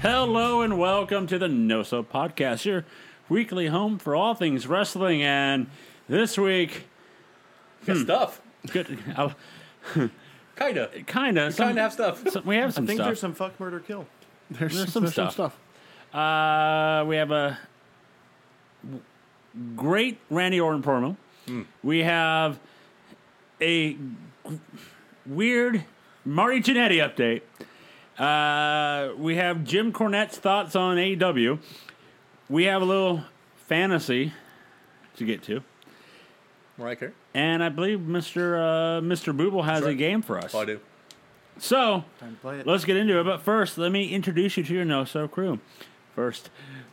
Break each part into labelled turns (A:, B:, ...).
A: Hello and welcome to the No Soap Podcast, your weekly home for all things wrestling. And this week,
B: Got stuff.
A: good, uh,
B: Kinda.
A: kind of,
B: Kinda have stuff.
A: we have some
C: I think
A: stuff.
C: there's some fuck, murder, kill. There's,
A: some stuff. Uh, we have a great Randy Orton promo. We have a g- weird Marty Jannetty update. Uh, we have Jim Cornette's thoughts on AEW. We have a little fantasy to get to,
B: Mariah Carey.
A: and I believe Mister uh, Mister Booble has
B: Sure.
A: a game for us.
B: Oh, I do.
A: So
C: Time to play it.
A: Let's get into it, but first, let me introduce you to your No So crew. First,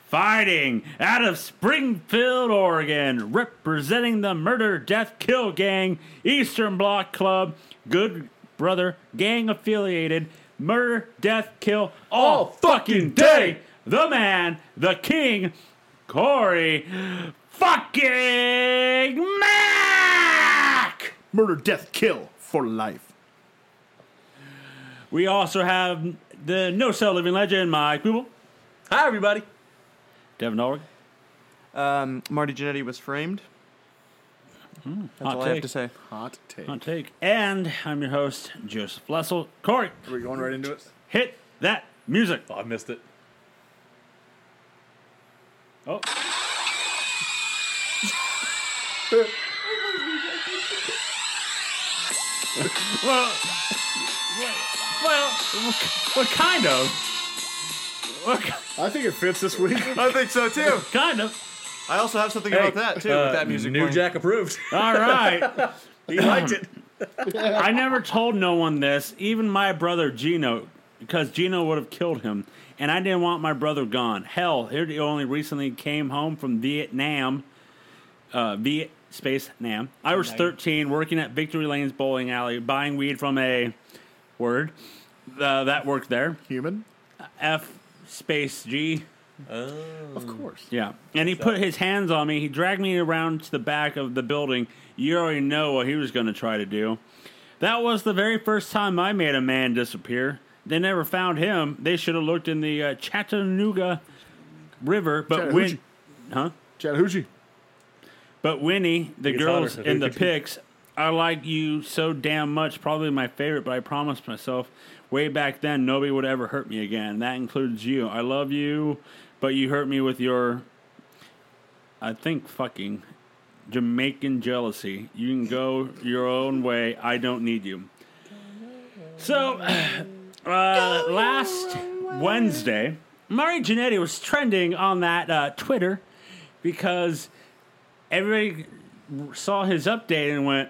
A: fighting out of Springfield, Oregon, representing the Murder, Death, Kill Gang, Eastern Block Club, Good Brother, gang affiliated, Murder, Death, Kill, all fucking day, the man, the king, Corey fucking Mac!
C: Murder, death, kill for life.
A: We also have the No Cell Living Legend, Mike Booble.
B: Hi, everybody.
A: Devin Ulrich.
D: Um, Marty Jannetty was framed. That's
A: hot
D: all I have
A: take.
D: to say.
C: Hot take.
A: Hot take. And I'm your host, Joseph Lessel. Corey,
B: We're going right into it.
A: hit that music.
B: Oh, I missed it.
A: Oh. well, well, well, kind of. Well, ki-
C: I think it fits this week.
D: I think so too.
A: kind of.
D: I also have something
A: Hey,
D: about that too. with that music.
B: uh, New
D: playing.
B: Jack approved.
A: All right.
B: he liked it.
A: I never told no one this, even my brother Gino, because Gino would have killed him, and I didn't want my brother gone. Hell, he only recently came home from Vietnam, uh, Viet space Nam. I was 13, working at Victory Lane's bowling alley, buying weed from a word uh, that worked there.
C: Human? Oh.
A: F space G.
C: Of course.
A: Yeah. And he put his hands on me. He dragged me around to the back of the building. You already know what he was going to try to do. That was the very first time I made a man disappear. They never found him. They should have looked in the uh, Chattanooga River, but
C: Chattahoochee.
A: when huh?
C: Chattahoochee.
A: But Winnie, the
B: gets
A: girls
B: hotter.
A: in the pics, I like you so damn much. Probably my favorite, but I promised myself way back then nobody would ever hurt me again. That includes you. I love you, but you hurt me with your, I think, fucking Jamaican jealousy. You can go your own way. I don't need you. So, uh, last Wednesday, Mari Jannetty was trending on that uh, Twitter because everybody saw his update and went,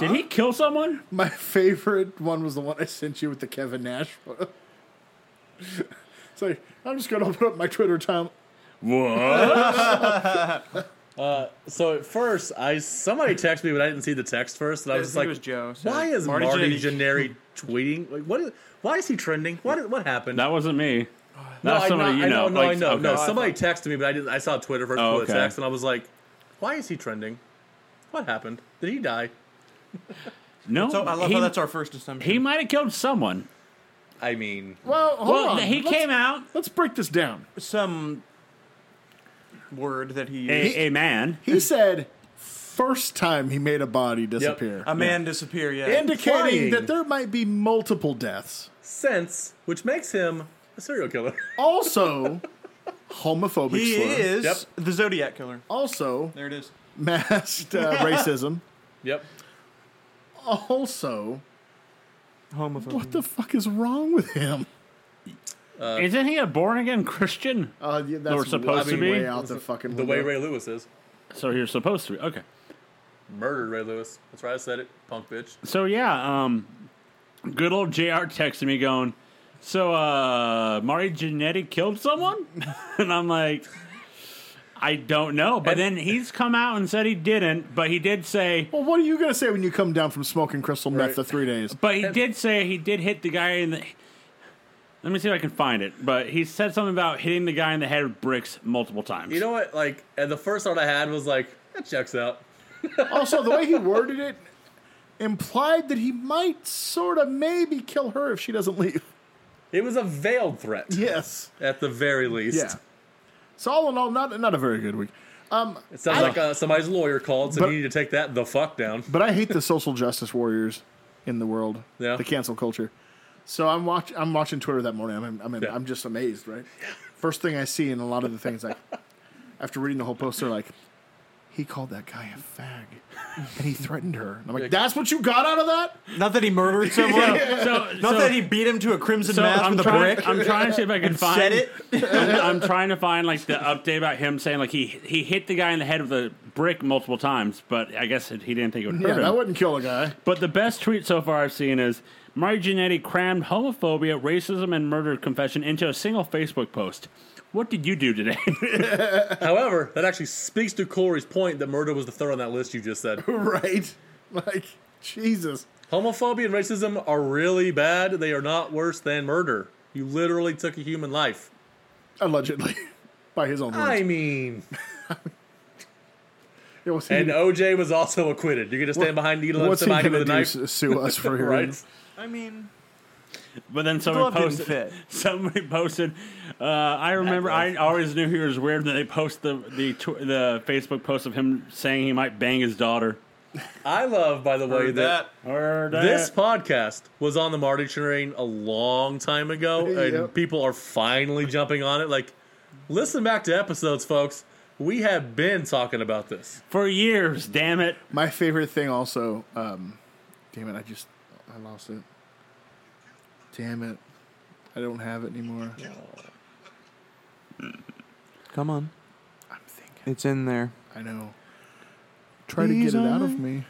A: "Did he kill someone?"
C: My favorite one was the one I sent you with the Kevin Nash photo. it's like, I'm just going to open up my Twitter time.
A: What?
B: So at first, I somebody texted me, but I didn't see the text first, and I
D: I
B: was
D: think
B: like,
D: it was Joe. so
B: "Why is Marty,
D: Marty,
B: Marty
D: Jannetty-
B: Jannetty tweeting? Like, what? Is, why is he trending? What? What happened?"
A: That wasn't me.
B: No,
A: That's
B: I
A: somebody
B: know-
A: you know.
B: I know, no,
A: like,
B: I know. No,
A: okay.
B: somebody texted me, but I didn't. I saw Twitter first
A: Oh,
B: before the
A: okay.
B: text, and I was like, "Why is he trending? What happened? Did he die?"
A: No,
D: So I love
A: he,
D: how that's our first assumption.
A: he might have killed someone.
B: I mean,
C: Well, hold
A: Well,
C: on.
A: he
C: let's,
A: came out
C: Let's break this down.
D: Some word that he used.
A: a, a man.
C: He said, first time he made a body disappear.
D: a man disappear. Yeah.
C: Indicating
B: Implying.
C: that there might be multiple deaths.
B: sense, which makes him a serial killer.
C: Also, homophobic
D: he
C: slur.
D: is
B: Yep.
D: the Zodiac killer.
C: Also,
D: There it is.
C: masked uh, racism.
B: yep.
C: Also,
D: Homophobe.
C: what the fuck is wrong with him?
D: Uh,
A: Isn't he a born again Christian?
C: Uh, yeah, that's
A: Or supposed
C: way,
A: to be.
C: way out the fucking
B: The way
C: window.
B: Ray Lewis is.
A: So you're supposed to be. Okay.
B: Murdered Ray Lewis. That's right, I said it. Punk bitch.
A: So yeah, um, good old Jr. texted me going, "So uh, Mari Jannetty killed someone," and I'm like, "I don't know." But then he's come out and said he didn't, but he did say,
C: Well, what are you gonna say when you come down from smoking crystal meth for three days?
A: but he did say he did hit the guy in the. Let me see if I can find it. But he said something about hitting the guy in the head with bricks multiple times.
B: You know what? Like, and the first thought I had was like, that checks out.
C: also, the way he worded it implied that he might sort of maybe kill her if she doesn't leave.
B: It was a veiled threat,
C: Yes.
B: at the very least.
C: Yeah. So all in all, not not a very good week.
B: It sounds like uh, somebody's lawyer called, so
C: But-
B: you need to take that the fuck down.
C: But I hate the social justice warriors in the world.
B: Yeah.
C: The cancel culture. So I'm watch I'm watching Twitter that morning. I'm I'm,
B: Yeah.
C: I'm just amazed, right? First thing I see in a lot of the things like after reading the whole post, they're like, he called that guy a fag. And he threatened her. And I'm like, that's what you got out of that?
D: Not that he murdered someone.
A: So,
D: Not
A: so,
D: that he beat him to a crimson
A: so
D: mask
A: I'm,
D: with a
A: trying,
D: brick.
A: I'm trying to see if I can find
D: said it.
A: I'm, I'm trying to find like the update about him saying like he he hit the guy in the head with a brick multiple times, but I guess it, he didn't think it would hurt
C: Yeah,
A: him.
C: that wouldn't kill a guy.
A: But the best tweet so far I've seen is Mari Jannetty crammed homophobia, racism, and murder confession into a single Facebook post. What did you do today?
B: However, that actually speaks to Corey's point that murder was the third on that list you just said.
C: right? Like, Jesus.
B: Homophobia and racism are really bad. They are not worse than murder. You literally took a human life.
C: Allegedly. By his own words.
B: I mean,
C: Yeah, what's he
B: and
C: gonna-
B: OJ was also acquitted. You're gonna stand behind Needle and
C: what's he
B: somebody
C: going
B: with
C: to
B: a
C: do?
B: knife,
C: s- Sue us for here.
B: right?
D: I mean,
A: but then
D: glove
A: somebody
D: didn't
A: posted.
D: fit.
A: Somebody posted. Uh, I remember. I always knew he was weird. And they post the the tw- the Facebook post of him saying he might bang his daughter.
B: I love, by the way,
D: heard
B: that
D: that.
A: Or that.
B: This podcast was on the Marty train a long time ago, and
C: Yep.
B: people are finally jumping on it. Like, listen back to episodes, folks. We have been talking about this.
A: for years. Damn it!
C: My favorite thing also, um, damn it, I just I lost it. Damn it. I don't have it anymore.
D: Come on,
C: I'm thinking.
D: it's in there.
C: I know. Try to get
D: He's
C: it out of
D: alright.
C: me.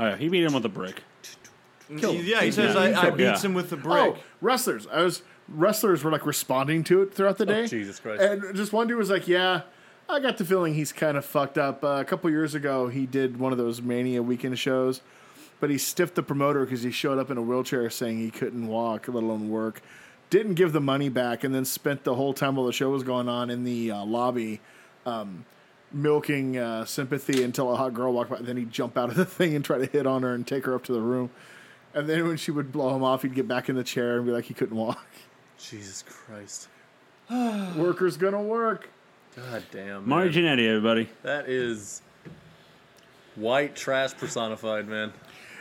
A: Uh, he beat him with a brick.
D: Yeah, he says
A: Yeah.
D: I, I
A: Killed.
D: beat
A: Yeah.
D: him with a brick.
C: Oh, wrestlers. I was wrestlers were like responding to it throughout the day.
B: Jesus Christ.
C: And just one dude was like, "Yeah, I got the feeling he's kind of fucked up. Uh, a couple years ago, he did one of those Mania weekend shows, but he stiffed the promoter because he showed up in a wheelchair saying he couldn't walk, let alone work. Didn't give the money back, and then spent the whole time while the show was going on in the uh, lobby." Um, milking uh, sympathy until a hot girl walked by then he'd jump out of the thing and try to hit on her and take her up to the room and then when she would blow him off, he'd get back in the chair and be like, he couldn't walk.
B: Jesus Christ.
C: Worker's gonna work.
B: God damn.
A: Mari
B: Man.
A: Jannetty, everybody.
B: That is white trash personified, man.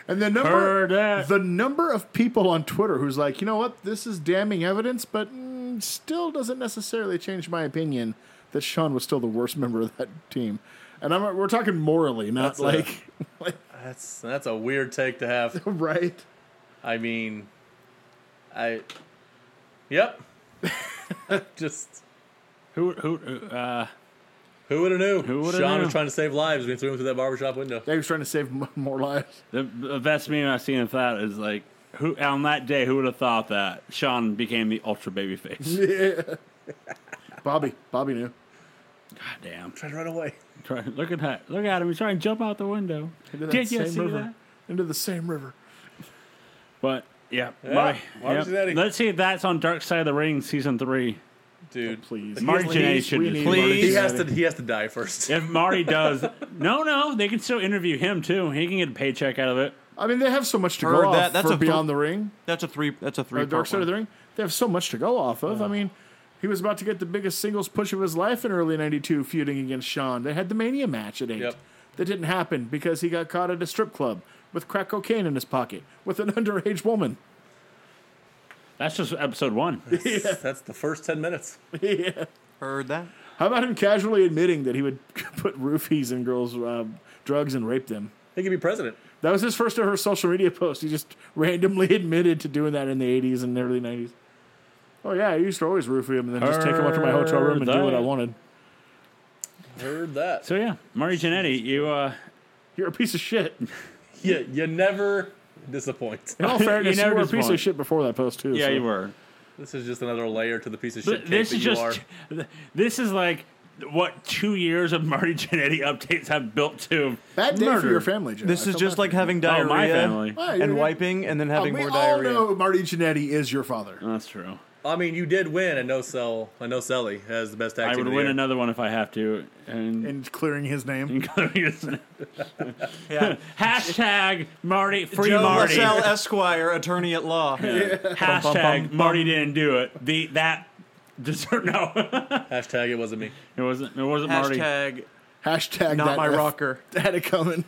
C: And the number,
A: Heard that.
C: the number of people on Twitter who's like, you know what, this is damning evidence, but mm, still doesn't necessarily change my opinion that Sean was still the worst member of that team. And I'm we're talking morally, not
B: That's a-
C: like, like
B: That's that's a weird take to have.
C: right.
B: I mean, I. Yep. Just
A: Who who? who, Uh,
B: who would have knew?
A: Who woulda
B: Sean
A: knew?
B: was trying to save lives when he threw him through that barbershop window.
C: Yeah, he was trying to save m- more lives.
A: the, the best meme I've seen of that is like. Who on that day? Who would have thought that Sean became the ultra baby face?
C: Bobby, Bobby knew.
A: God damn!
B: Trying to run away.
A: Try, look at that! Look at him! He's trying to jump out the window.
C: Into that
A: Did you
C: same
A: see
C: river.
A: that?
C: Into the same river.
A: But yeah,
B: Yeah, Mark Jannetty.
A: Let's see if that's on Dark Side of the Ring season three.
B: Dude,
C: Please.
A: Mark
C: We
A: Jannetty
C: need-
A: should
C: we
A: just-
C: need
A: Please.
C: Mark
B: He has
C: Jannetty.
B: to he has to die first.
A: If Marty does, no, no, they can still interview him too. He can get a paycheck out of it.
C: I mean, they have so much to
D: Heard
C: go
D: that.
C: off
D: That's
C: for
D: a th-
C: Beyond the Ring,
D: That's a three. That's a three.
C: or Dark Side of the Ring. They have so much to go off of. I mean, he was about to get the biggest singles push of his life in early '92, feuding against Sean. They had the Mania match at eight.
B: Yep.
C: That didn't happen because he got caught at a strip club with crack cocaine in his pocket with an underage woman.
A: That's just episode one.
B: That's the first ten minutes.
C: yeah.
D: Heard that.
C: How about him casually admitting that he would put roofies in girls' uh, drugs and rape them?
B: He could be president.
C: That was his first ever social media post. He just randomly admitted to doing that in the 80s and early 90s. Oh, yeah, I used to always roofie him and then just take him up to my hotel room and do what I
A: Heard that.
C: wanted.
B: Heard that.
A: So yeah, Marty Jannetty, you uh,
C: You're a piece of shit.
B: Yeah, you never disappoint.
C: In all
A: You
C: fairness, you,
A: never
C: were a
A: just
C: piece
A: want-
C: of shit before that post, too.
A: yeah,
C: so-
A: you were.
B: This is just another layer to the piece of shit
A: But
B: cake
A: this
B: that
A: is
B: you are.
A: just this is like what two years of Marty Jannetty updates have built to
C: Bad day
A: murder.
C: for your family, Joe. I
D: This is
C: feel
D: just
C: bad
D: like having
A: Oh,
D: diarrhea
A: my family.
C: for you. Hey,
D: and
C: you're-
D: wiping, and then
C: Oh,
D: having
C: we
D: more
C: all
D: diarrhea.
C: know Marty Jannetty is your father.
A: That's true.
B: I mean, you did win a no sell a no selly as the best tag
A: I
B: team.
A: would
B: of the
A: win
B: year.
A: another one if I have to. And,
C: and clearing his name.
D: Yeah.
A: hashtag Marty free
D: Joe
A: Marty.
D: LaSalle Esquire, attorney at law.
A: Hashtag Marty didn't do it. The that deserve no.
B: Hashtag it wasn't me.
A: it wasn't. It wasn't Marty.
D: Hashtag
C: Hashtag
D: not
C: that
D: my
C: F-
D: rocker.
C: Had it coming.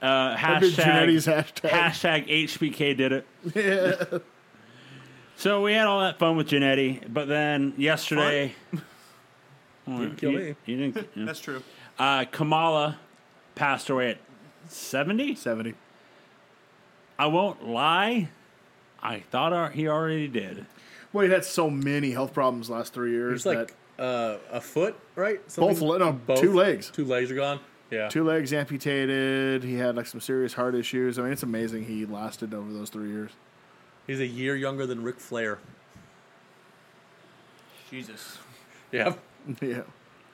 A: Uh,
C: That'd be Jannetty's
A: hashtag
C: hashtag.
A: hashtag HBK did it.
C: Yeah.
A: So we had all that fun with Janetti, but then yesterday,
B: Didn't kill
A: you,
B: me.
A: you didn't. yeah.
D: That's true.
A: Uh, Kamala passed away at seventy.
C: Seventy.
A: I won't lie. I thought al- he already did.
C: Well, he had so many health problems the last three years.
B: It's like uh, a foot, right?
C: both, le- no, two legs,
B: Two legs are gone. Yeah.
C: two legs amputated. He had like some serious heart issues. I mean, it's amazing he lasted over those three years.
B: He's a year younger than Ric Flair.
D: Jesus.
B: Yeah.
C: yeah.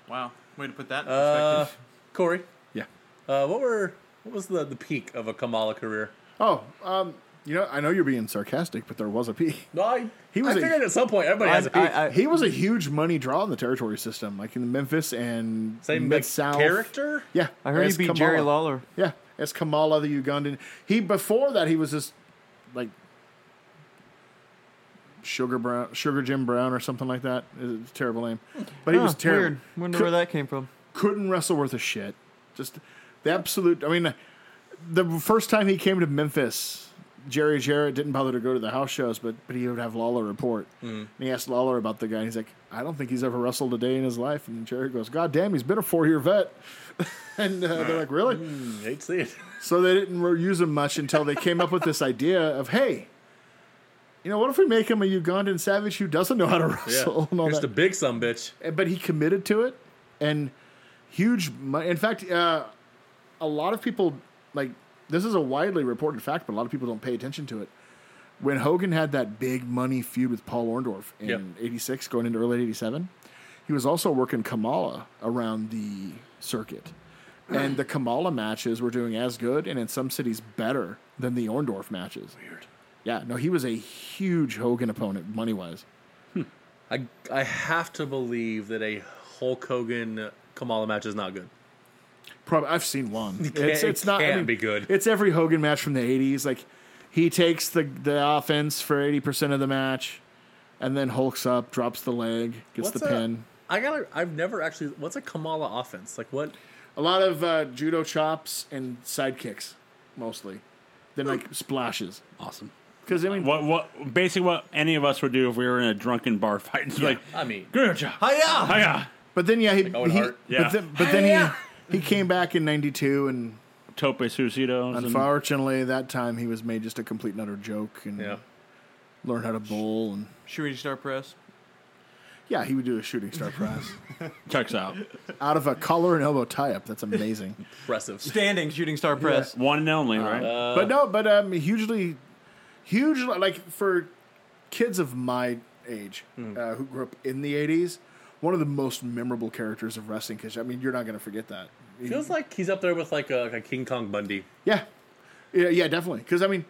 D: Wow. Way to put that in
B: Uh,
D: perspective.
B: Corey,
C: Yeah.
B: uh, what were what was the, the peak of a Kamala career?
C: Oh, um, you know, I know you're being sarcastic, but there was a peak.
B: No, I,
C: He was
B: I
C: a-
B: figured at some point everybody has a peak.
D: I, I,
C: He was a huge money draw in the territory system, like in Memphis and
B: Same
C: Mid
B: like,
C: South.
B: character.
C: Yeah,
D: I heard
C: as
D: he beat Jerry
C: Kamala.
D: Lawler.
C: Yeah, as Kamala the Ugandan. He before that he was just like Sugar Brown, Sugar Jim Brown, or something like that. It's a terrible name, but he was
D: Huh,
C: terrible.
D: Weird. Wonder where that came from.
C: couldn't wrestle worth a shit. Just the absolute. I mean, the first time he came to Memphis, Jerry Jarrett didn't bother to go to the house shows, but but he would have Lawler report, and he asked Lawler about the guy. And he's like, I don't think he's ever wrestled a day in his life. And Jerry goes, God damn, he's been a four year vet. and uh, they're like, really?
B: Hmm, hate to see it.
C: So they didn't re- use him much until they came up with this idea of, hey. You know, what if we make him a Ugandan savage who doesn't know how to
B: Yeah.
C: wrestle? and all
B: Here's
C: that?
B: the big some bitch.
C: eh, but he committed to it and huge mo- in fact uh, a lot of people like this is a widely reported fact but a lot of people don't pay attention to it when hogan had that big money feud with paul orndorff in
B: Yep.
C: 86 going into early 87 he was also working kamala around the circuit and the kamala matches were doing as good and in some cities better than the orndorff matches weird yeah no he was a huge hogan opponent money wise
B: I I have to believe that a Hulk Hogan Kamala match is not good.
C: Probably, I've seen one.
B: can't-
C: it's
B: it
C: it's not. I
B: can't
C: mean,
B: be good.
C: It's every Hogan match from the '80s. Like he takes the the offense for eighty percent of the match, and then hulks up, drops the leg, gets the
B: a-
C: pin.
B: I gotta. I've never actually. What's a Kamala offense? Like what?
C: A lot of uh, judo chops and side kicks, mostly. Then like splashes.
A: Awesome.
C: Because I mean,
A: What what basically what any of us would do if we were in a drunken bar fight? It's like
B: I mean,
A: good job.
D: Hiya!
A: Hiya.
C: but then yeah, he,
B: Owen
C: he
B: Hart.
A: Yeah.
C: but then, but then he he came back in '92, and
A: Tope Suicidos. and-
C: unfortunately, that time he was made just a complete and utter joke and
B: yeah.
C: learned how to bowl and.
D: Shooting star press.
C: Yeah, he would do a shooting star press.
A: checks out.
C: out of a collar and elbow tie up. That's amazing.
B: Impressive.
D: Standing shooting star press.
A: One and only, right?
C: but no, but um, hugely, hugely like for kids of my age uh, who grew up in the '80s, one of the most memorable characters of wrestling. Because I mean, you're not going to forget that.
B: Feels like he's up there with like a, like a King Kong Bundy.
C: Yeah, yeah, yeah definitely. Because I mean,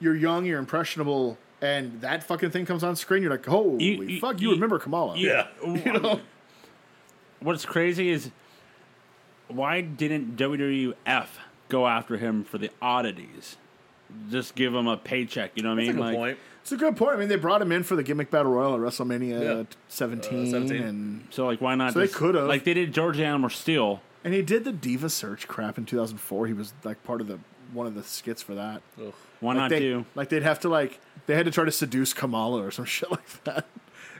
C: you're young, you're impressionable, and that fucking thing comes on screen. You're like, holy
A: You- you-
C: fuck, you,
A: you-
C: remember Kamala?
B: Yeah.
A: You know? What's crazy is why didn't WWF go after him for the oddities? Just give him a paycheck, you know what I
B: That's a
A: mean?
B: good
A: like,
B: point.
C: it's a good point. I mean, they brought him in for the gimmick battle royal at WrestleMania
B: Yeah.
C: 17,
B: Uh, 17.
C: and
A: So like why not
C: So they
A: just-
C: could've.
A: like they did George Animal Steel.
C: And he did the Diva Search crap in 2004. He was like part of the one of the skits for that.
B: Ugh.
A: Why
C: Like
A: not
C: they,
A: do
C: Like they'd have to like they had to try to seduce Kamala or some shit like that.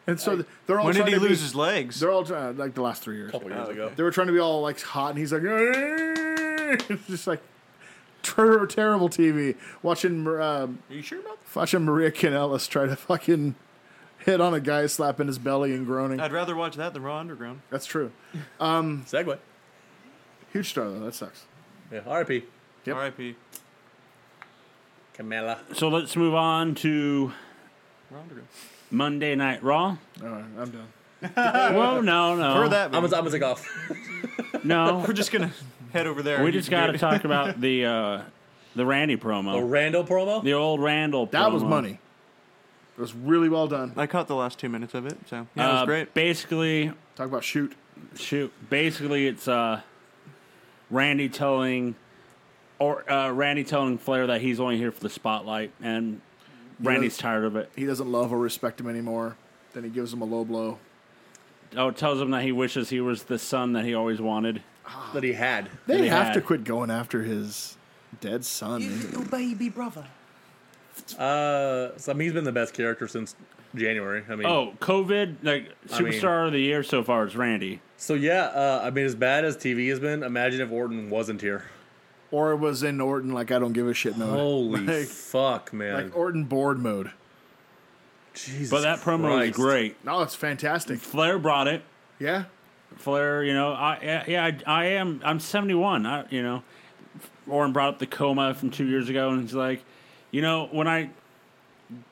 C: And so they're all
D: When did
C: trying
D: he
C: to be-
D: lose his legs?
C: They're all trying like the last three years.
B: couple years ago.
C: They were trying to be all like hot, and he's like, it's just like ter- terrible TV. Watching um,
D: Are you sure about that?
C: watching Maria Kanellis try to fucking hit on a guy slapping his belly and groaning.
D: I'd rather watch that than Raw Underground.
C: That's true.
B: Segway.
C: Huge star though. That sucks.
B: Yeah. R.I.P.
C: Yep.
D: R.I.P.
B: Kamala.
A: so let's move on to
D: Raw Underground.
A: Monday Night Raw.
C: All right, I'm done.
A: Whoa, no, no.
D: Or that.
B: I'm
D: man.
B: gonna, I'm gonna take off.
A: No.
D: We're just gonna head over there.
A: we
D: and
A: just
D: you
A: got
D: do
A: to
D: it.
A: talk about the uh the Randy
B: A
A: promo.
B: Oh. Randall promo.
A: The old Randall
C: That
A: promo.
C: was money. It was really well done.
D: I caught the last two minutes of it, so yeah, it was
A: Uh,
D: great.
A: Basically,
C: Talk about shoot.
A: shoot. Basically, it's uh, Randy telling or uh, Randy telling Flair that he's only here for the spotlight, and Randy's
C: does-
A: tired of it.
C: He doesn't love or respect him anymore. Then he gives him a low blow.
A: Oh, it tells him that he wishes he was the son that he always wanted.
B: that he had.
C: They
A: They
C: have
A: had.
C: to quit going after his dead son.
D: little baby brother.
B: Uh, so, I mean, he's been the best character since January. I mean,
A: Oh, COVID, like
B: I mean-
A: superstar of the year so far is Randy.
B: so yeah. Uh, I mean, as bad as TV has been, imagine if Orton wasn't here.
C: Or it was in Orton like I don't give a shit mode.
A: Oh,
B: Holy
C: like,
B: fuck, man!
C: like Orton board mode.
B: Jesus
A: But that promo
B: Christ.
A: was great.
C: No, it's fantastic.
A: Flair brought it.
C: Yeah.
A: Flair, you know, I yeah, yeah I, I am. I'm 71. I, you know, Orton brought up the coma from two years ago, and he's like, you know, when I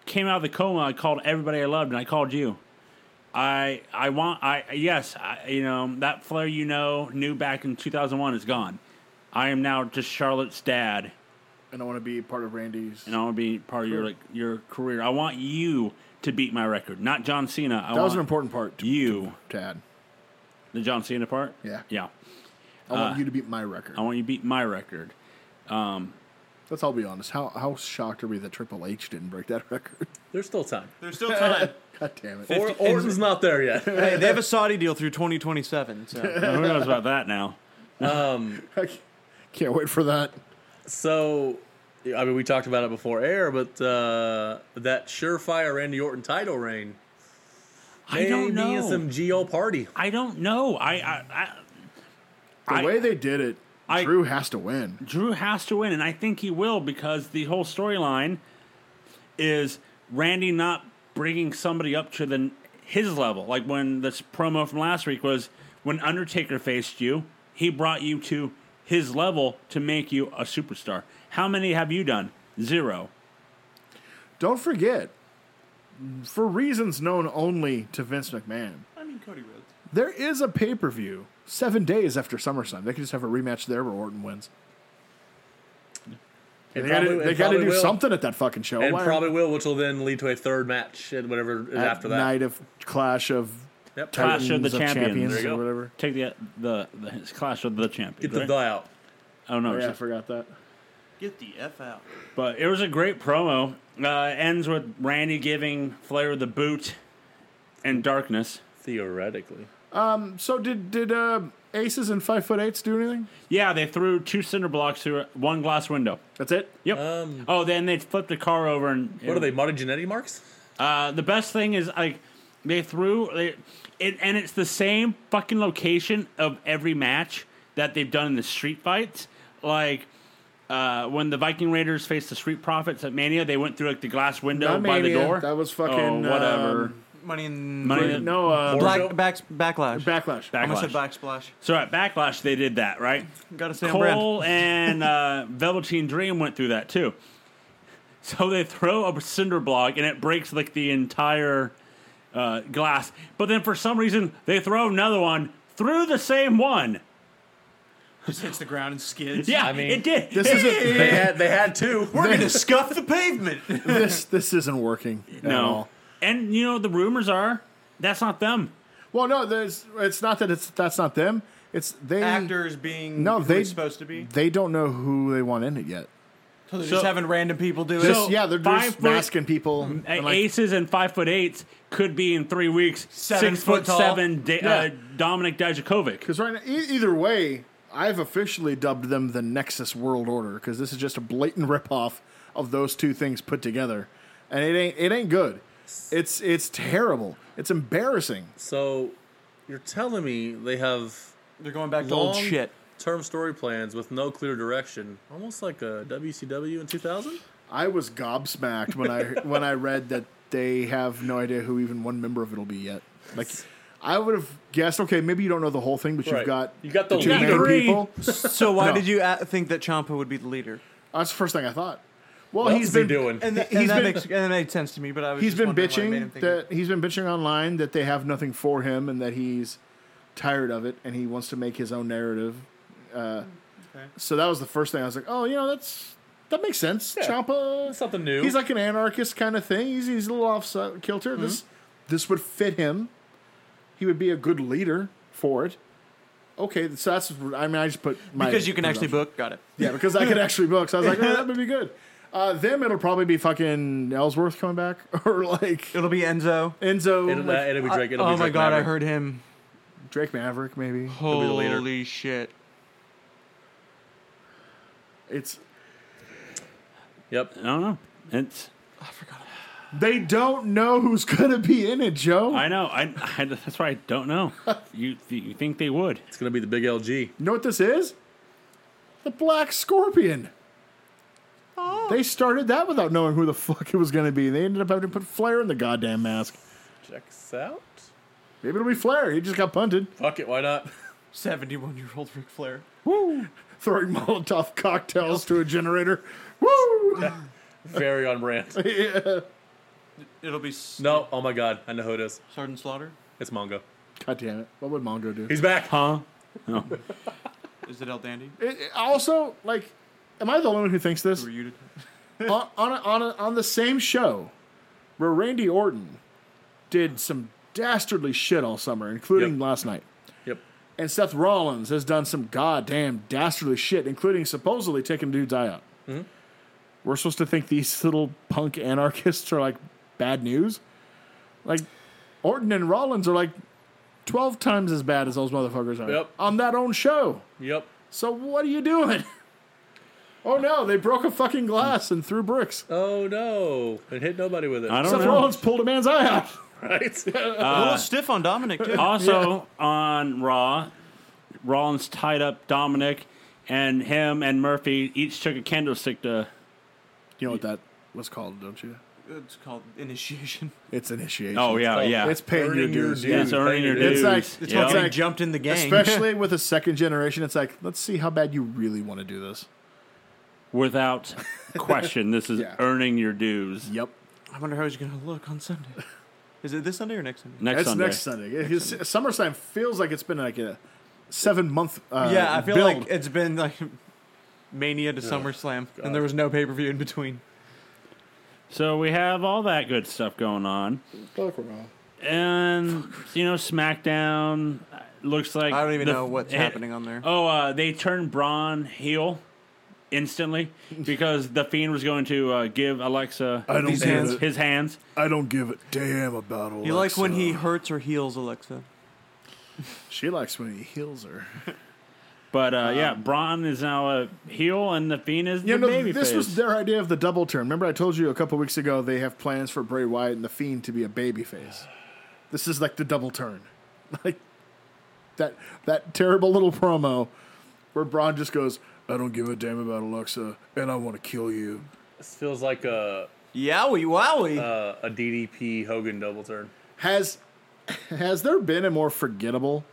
A: came out of the coma, I called everybody I loved, and I called you. I I want I yes, I, you know that Flair you know knew back in 2001 is gone. I am now just Charlotte's dad,
C: And I want to be part of Randy's.
A: and I want to be part of your like your career. I want you to beat my record, not John Cena. I
C: that was
A: want
C: an important part to,
A: you,
C: to add.
A: the John Cena part.
C: Yeah.
A: yeah. Uh,
C: I want you to beat my record.
A: I want you to beat my record.
C: Let's all be honest. How how shocked are we that Triple H didn't break that record?
B: There's still time.
D: There's still time.
C: God damn it.
B: Or, Orton's not there yet.
D: hey, they have a Saudi deal through 2027. So
A: Who knows about that now?
C: I can't wait for that.
B: So, I mean, we talked about it before air, but uh, that surefire Randy Orton title reign.
A: I don't
B: may be in
A: know.
B: Some geo party.
A: I don't know. I, I, I
C: The
A: I-
C: way they did it,
A: I-
C: Drew has to win.
A: Drew has to win, and I think he will because the whole storyline is Randy not bringing somebody up to the his level. Like when this promo from last week was when Undertaker faced you, he brought you to his level to make you a superstar. How many have you done? Zero.
C: Don't forget, for reasons known only to Vince McMahon,
D: I mean, Cody Rhodes.
C: there is a pay per view seven days after SummerSlam. They could just have a rematch there where Orton wins.
B: It
C: They got
B: probably- it
C: to they got to
B: probably
C: do
B: will.
C: something at that fucking show.
B: And
C: Why-
B: probably will, which will then lead to a third match and whatever is
C: at
B: after that.
C: night of Clash of
B: Yep.
A: Clash of the
C: Titans
A: Champions.
B: There you
C: or
B: go.
C: whatever.
A: Take the the, the his clash of the champions.
B: Get the
A: right?
B: die out.
A: I don't know.
C: Oh, yeah, I
A: It's-
C: forgot that.
D: Get the f out.
A: But it was a great promo. Uh, ends with Randy giving Flair the boot and darkness.
B: Theoretically.
C: So did did uh, aces and five foot eights do anything?
A: Yeah, they threw two cinder blocks through a- one glass window.
C: That's it.
A: Yep.
B: Um,
A: oh, then they flipped a car over and.
B: What are they, Marty Jannetty marks?
A: Uh, the best thing is like they threw they, it, and it's the same fucking location of every match that they've done in the street fights. Like uh, when the Viking Raiders faced the Street Profits at Mania, they went through like the glass window
C: Not
A: by the
C: Mania.
A: door.
C: That was fucking,
A: Oh, whatever.
C: um,
D: Money in
A: Money
D: Great-
A: in-
C: No, uh,
B: Or-
D: black backs, backlash.
C: backlash.
D: I almost said
A: Backlash.
D: backsplash.
A: So at Backlash, they did that, right?
D: Got to stay on brand.
A: Cole and uh, Velveteen Dream went through that too. So they throw a cinder block and it breaks like the entire uh, glass. But then for some reason, they throw another one through the same one.
D: Just hits the ground and skids.
A: Yeah,
B: I mean,
A: it did.
C: This isn't
B: They had, they had two.
D: We're gonna scuff the pavement.
C: this this isn't working. at
A: no.
C: all.
A: And you know the rumors are that's not them.
C: Well, no, there's. It's not that it's that's not them. It's they
D: Actors being
C: No,
D: who
C: they-
D: it's supposed to be.
C: They don't know who they want in it yet.
D: So they're just having random people do it.
A: So-
C: yeah, they're
A: five
C: just
A: foot-
C: masking people.
A: A-
C: and like,
A: Aces and five foot eights could be in three weeks
D: Seven
A: six
D: foot
A: foot
D: tall.
A: seven da- uh,
C: Yeah.
A: Dominic Dijakovic.
C: Because right now, e- either way, I've officially dubbed them the Nexus World Order because this is just a blatant ripoff of those two things put together, and it ain't it ain't good. It's it's terrible. It's embarrassing.
B: So you're telling me they have
D: They're going back to
B: long
D: old shit.
B: term story plans with no clear direction, almost like a WCW in 2000?
C: I was gobsmacked when I when I read that they have no idea who even one member of it'll be yet. Like, I would have guessed. Okay, maybe you don't know the whole thing, but
B: Right.
C: you've got
B: You got the
C: two
B: leader.
C: main
A: Three.
C: people.
D: So why
C: No.
D: did you a- think that Champa would be the leader?
C: That's the first thing I thought. Well,
B: What
C: he's
B: is he
C: been
B: doing?
D: And,
C: He's
D: and that
C: been-
D: makes and that made sense to me. But I was
C: he's
D: just
C: been
D: wondering what made him
C: bitching
D: think
C: that he's been bitching online that they have nothing for him and that he's tired of it and he wants to make his own narrative. Uh,
B: Mm.
D: Okay.
C: So that was the first thing I was like, oh, you know, that's That makes sense.
B: Yeah.
C: Champa,
B: Something new.
C: he's like an anarchist kind of thing. He's he's a little off kilter.
D: Mm-hmm.
C: This this would fit him. He would be a good leader for it. Okay, so that's I mean I just put my
D: Because you can actually book. Got it.
C: yeah because I could actually book. So I was like, oh, that would be good. Uh, them it'll probably be fucking Ellsworth coming back or like
D: It'll be Enzo.
C: Enzo,
B: it'll,
C: like,
B: uh, it'll be Drake. It'll
D: oh
B: be
D: my
B: Drake
D: god, I
B: Maverick.
D: heard him.
C: Drake Maverick maybe.
B: be the leader.
D: Holy shit.
C: It's
B: Yep.
A: I don't know. It's
C: they don't know who's gonna be in it, Joe.
A: I know. I, I that's why I don't know. You you think they would?
B: It's gonna be the big LG.
C: You know what this is? The Black Scorpion. They started that without knowing who the fuck it was going to be. They ended up having to put Flair in the goddamn mask.
B: Checks out.
C: Maybe it'll be Flair. He just got punted,
B: Fuck it. Why not?
D: 71 year old Ric Flair.
C: throwing Molotov cocktails to a generator. Woo!
B: Very on brand.
C: Yeah.
D: It'll be S-
B: No. Oh my god. I know who it is.
D: Sergeant Slaughter.
B: It's Mongo.
C: God damn it. What would Mongo do?
B: He's back.
A: Huh? No.
D: Is it El Dandy?
C: It- it- also, like, am I the only one who thinks this?
D: Were you?
C: on on, a, on, a, on the same show where Randy Orton did some dastardly shit all summer, including
B: Yep.
C: last night.
B: Yep.
C: And Seth Rollins has done some goddamn dastardly shit, including supposedly taking a dude's eye out.
A: Mm-hmm.
C: We're supposed to think these little punk anarchists are like bad news. Like Orton and Rollins are like twelve times as bad as those motherfuckers are
B: Yep.
C: on that own show.
B: Yep.
C: So what are you doing? oh no, they broke a fucking glass and threw bricks.
B: Oh no! It hit nobody with it.
A: I don't
C: Seth
A: know.
C: Rollins pulled a man's eye out.
B: Right?
D: a
C: Uh,
D: little stiff on Dominic, too.
A: Also on Raw, Rollins tied up Dominic, and him and Murphy each took a candlestick to.
C: You know what that was called, don't you?
D: it's called initiation.
C: It's initiation.
A: Oh yeah,
B: called-
A: yeah.
C: It's paying your
B: Earning your
C: dues.
B: dues.
C: yeah.
A: It's earning your dues.
C: It's like-
D: It's
A: Yep.
D: what
C: like-
D: getting jumped in the gang.
C: Especially with a second generation, it's like, let's see how bad you really want to do this.
A: without question. This is
C: Yeah.
A: earning your dues.
C: Yep.
D: I wonder how he's going to look on Sunday. Is it this Sunday or next Sunday?
A: Next
C: That's
A: Sunday.
C: next Sunday. It- it's- SummerSlam feels like it's been like a seven month uh,
D: yeah, I feel
C: build.
D: like it's been like Mania to SummerSlam, and there was no pay per view in between.
A: So we have all that good stuff going on,
C: Fuck, we're wrong.
A: and you know SmackDown uh, looks like
D: I don't even
A: the-
D: know what's
A: eh,
D: happening on there.
A: Oh, uh, they turned Braun heel instantly because the Fiend was going to uh, give Alexa
C: I don't
D: These
C: give
D: hands.
C: it.
A: his hands.
C: I don't give a damn about Alexa.
D: you like when he hurts or heals Alexa?
C: She likes when he heals her.
A: But uh, yeah, Braun is now a heel, and the Fiend is
C: Yeah,
A: the
C: no,
A: baby
C: this
A: face.
C: was their idea of the double turn. Remember, I told you a couple weeks ago they have plans for Bray Wyatt and the Fiend to be a babyface. This is like the double turn, like that that terrible little promo where Braun just goes, "I don't give a damn about Alexa, and I want to kill you."
B: this feels like a
D: Yowie, wowie.
C: Uh,
B: a, a DDP Hogan double turn.
C: Has has there been a more forgettable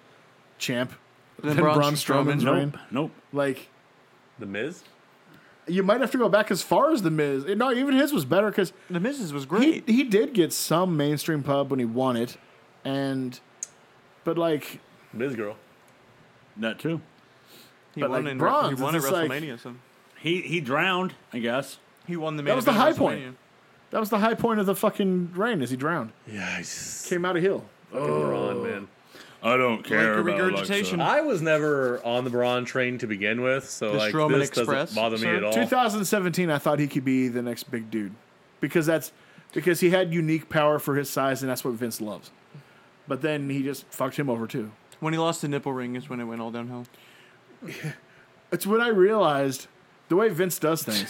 C: champ
D: Than
C: than,
D: Braun
C: Braun,
D: Strowman?
C: Strowman's reign?
A: nope, nope.
C: Like
B: The Miz.
C: you might have to go back as far as the Miz. No, even his was better because.
D: the Mrs. was
C: he,
D: great.
C: he did get some mainstream pub when he won it, and but like
B: Miz girl.
A: That too.
D: He,
C: but
D: won
C: like
D: in,
C: bronze,
D: he won at
C: it's just like-
D: WrestleMania, so
A: He he drowned, I guess.
D: he won the main
C: was the
D: event of
C: high point.
D: WrestleMania.
C: that was the high point of the fucking reign as he drowned,
B: Yeah, I just
C: came out of hill.
B: Braun man.
A: I don't
D: Like a regurgitation.
B: I was never on the Braun train to begin with, so
D: The
B: like
D: Strowman
B: this
D: Express,
B: doesn't bother me
D: sir?
C: Uh,
B: at all.
C: 2017, I thought he could be the next big dude because that's because he had unique power for his size, and that's what Vince loves. But then he just fucked him over too.
D: When he lost the nipple ring is when it went all downhill.
C: It's when I realized the way Vince does things.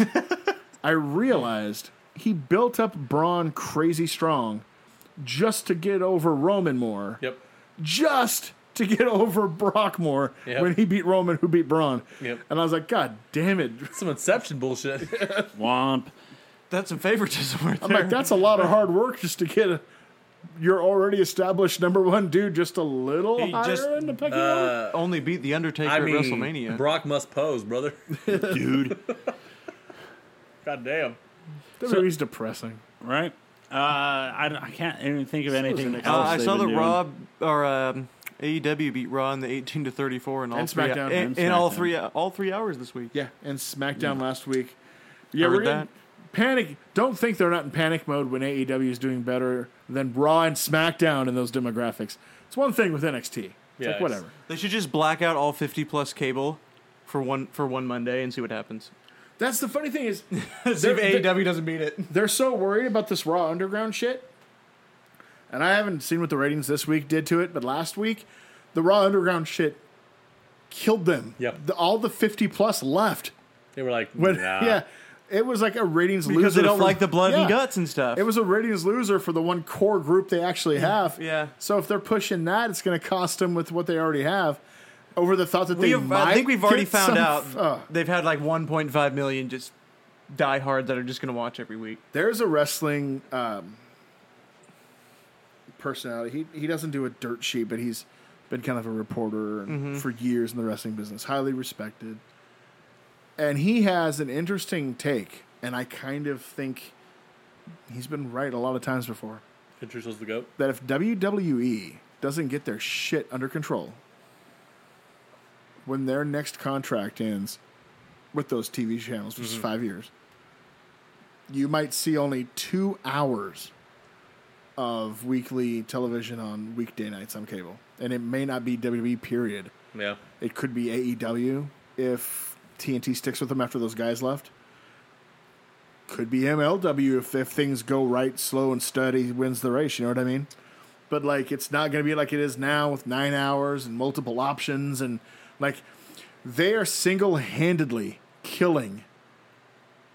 C: I realized he built up Braun crazy strong just to get over Roman more.
B: Yep.
C: just to get over Brock more
B: Yep.
C: when he beat Roman, who beat Braun.
B: Yep.
C: And I was like, God damn it.
B: Some Inception bullshit.
A: Womp.
D: That's some favoritism right
C: I'm
D: there.
C: like, that's a lot of hard work just to get a, your already established number one dude just a little
D: He
C: higher
D: just,
C: in the pecking order.
B: Uh,
D: Only beat the Undertaker
B: I mean,
D: at WrestleMania.
B: Brock must pose, brother.
A: dude.
B: God damn.
C: WWE's depressing.
A: Right? Uh, I, don't- I can't even think of anything. Else
D: uh, I
A: they've
D: saw
A: been
D: the
A: doing.
D: Raw or um, AEW beat Raw in the 18 to 34 and all
C: And
D: three
C: SmackDown.
D: in,
A: And
D: in all
A: SmackDown.
D: three all three hours this week.
C: Yeah, and SmackDown last week.
A: Yeah, we're
D: Heard
A: gonna-
D: that?
C: Panic. Don't think they're not in panic mode when AEW is doing better than Raw and SmackDown in those demographics. It's one thing with NXT. It's
B: Yeah,
C: like
B: it's-
C: whatever.
D: They should just black out all 50 plus cable for one for one Monday and see what happens.
C: That's the funny thing is
D: see if
C: They're-
D: AEW doesn't beat it.
C: they're so worried about this Raw Underground shit. And I haven't seen what the ratings this week did to it, but last week, the Raw Underground shit killed them.
B: Yep.
C: The, all the 50 plus left.
B: They were like,
C: But
B: nah.
C: yeah, it was like a ratings loser.
D: Because they don't
C: for-
D: like the blood
C: Yeah.
D: and guts and stuff. Mm.
C: It was a ratings loser for the one core group they actually have.
D: yeah.
C: So if they're pushing that, it's going to cost them with what they already have over the thought that
D: we
C: they
D: have,
C: might
D: I think we've already
C: get some
D: found out
C: f- uh,
D: they've had like 1.5 million just diehards that are just going to watch every week.
C: There's a wrestling um, personality. He he doesn't do a dirt sheet, but he's been kind of a reporter and for years in the wrestling business, highly respected. And he has an interesting take, and I kind of think he's been right a lot of times before
B: Pinterest was the goat.
C: that if WWE doesn't get their shit under control when their next contract ends with those TV channels, which is five years, you might see only two hours of weekly television on weekday nights on cable. And it may not be WWE, period.
B: Yeah.
C: It could be AEW if TNT sticks with them after those guys left. Could be MLW if, if things go right, slow and steady, wins the race. You know what I mean? But like, it's not going to be like it is now with nine hours and multiple options and like they are single handedly killing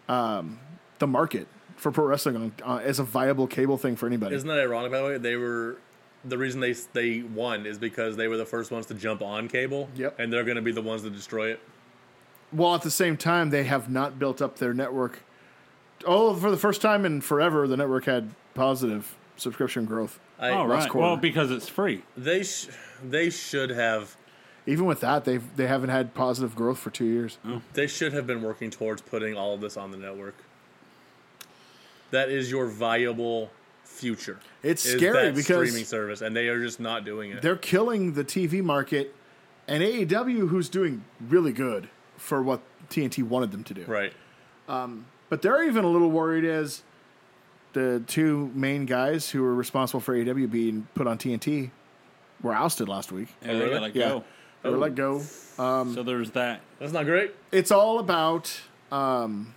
C: um, the market for pro wrestling on, uh, as a viable cable thing for anybody.
B: Isn't that ironic, by the way? They were the reason they they won is because they were the first ones to jump on cable.
C: Yep.
B: And they're going to be the ones to destroy it.
C: while at the same time they have not built up their network. Oh, for the first time in forever, the network had positive subscription growth.
B: I,
A: All
C: last
A: right.
C: quarter.
A: Well, because it's free.
B: They sh- they should have
C: Even with that, they they haven't had positive growth for two years.
B: they should have been working towards putting all of this on the network. That is your viable future.
C: It's
B: is
C: scary
B: that
C: because-
B: streaming service, and they are just not doing it.
C: They're killing the TV market, and AEW, who's doing really good for what TNT wanted them to do.
B: Right.
C: But they're even a little worried as the two main guys who were responsible for AEW being put on TNT were ousted last week.
A: Yeah, they
B: really?
A: gotta let
C: Yeah,
A: go.
C: they were let
B: Oh.
C: go.
A: so there's that.
B: That's not great.
C: it's all about um,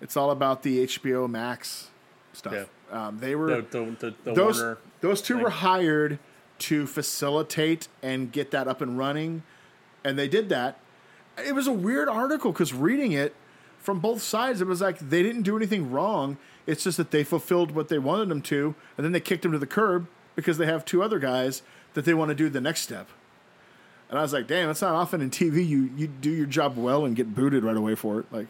C: it's all about the HBO Max stuff.
B: Yeah.
C: Um, they were
B: The, the, the, the
C: those
B: Warner.
C: those two were hired to facilitate and get that up and running, and they did that. It was a weird article because reading it from both sides, it was like they didn't do anything wrong. It's just that they fulfilled what they wanted them to, and then they kicked them to the curb because they have two other guys that they want to do the next step. And I was like, damn, that's not often in TV. You you do your job well and get booted right away for it. Like,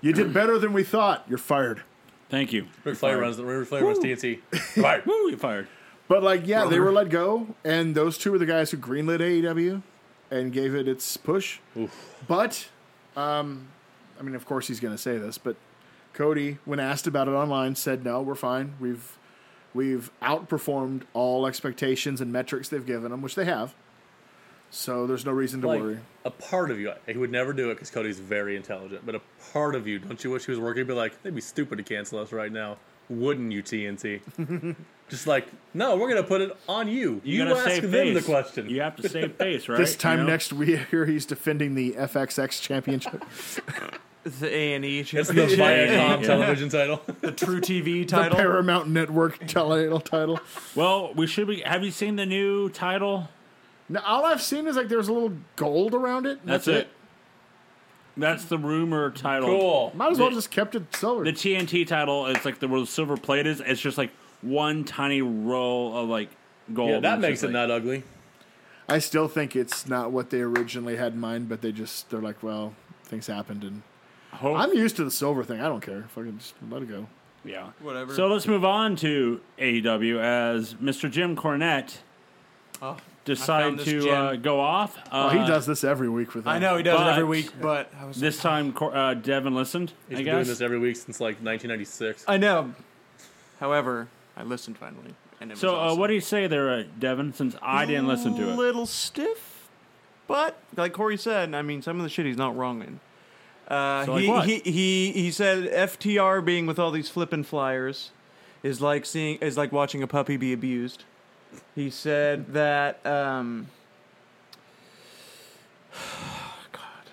C: you did better than we thought. You're fired.
A: Thank you.
B: Ric Flair runs. Ric Flair runs TNT. Right.
A: Woo, you fired.
C: But like, yeah, they were let go, and those two were the guys who greenlit AEW and gave it its push. But, um, I mean, of course he's going to say this, but Cody, when asked about it online, said, "No, we're fine. We've we've outperformed all expectations and metrics they've given them, which they have. So there's no reason to
B: like
C: worry."
B: a part of you he would never do it because cody's very intelligent but a part of you don't you wish he was working be like they'd be stupid to cancel us right now wouldn't you tnt just like no we're gonna put it on you you,
A: gotta
B: ask them the
A: face.
B: question
A: You have to save face, right?
C: This time
A: You know?
C: next week, here he's defending the FXX championship.
D: It's the E. A&E,
B: it's the Viacom
A: Yeah.
B: television title
D: the True TV
C: the
D: title.
C: Paramount Network title title.
A: Well, we should be. Have you seen the new title?
C: Now, all I've seen is like there's a little gold around it. and
A: That's, it. That's the rumor title.
B: cool
C: Might as well
A: The-
C: just kept it silver.
A: The TNT title is like the where the silver plate is. It's just like one tiny roll of like gold.
B: yeah, that
A: It's
B: makes
A: just
B: it
A: like-
B: not ugly
C: I still think it's not what they originally had in mind, but they just they're like, well, things happened, and
A: Hope-
C: I'm used to the silver thing. I don't care. Fucking just let it go.
A: Yeah.
D: Whatever.
A: So let's move on to AEW as Mr. Jim Cornette
D: Oh,
A: decided
D: this
A: to
D: gem.
A: uh, go off. Uh,
C: Oh, he does this every week with. Them.
D: I know he does it
A: But-
D: every week, but I was
A: This time, Cor- uh, Devin listened.
B: he's
A: I
B: been doing
A: guess.
B: this every week since like 1996
D: I know. However, I listened finally. And it
A: so,
D: was
A: uh, what do you say there, uh, Devin? Since I didn't listen
D: A
A: to it.
D: little stiff, but like Corey said, I mean, some of the shit he's not wrong in. Uh,
A: So, like,
D: he,
A: what?
D: he he he said FTR being with all these flippin' flyers is like seeing is like watching a puppy be abused. He said that um God.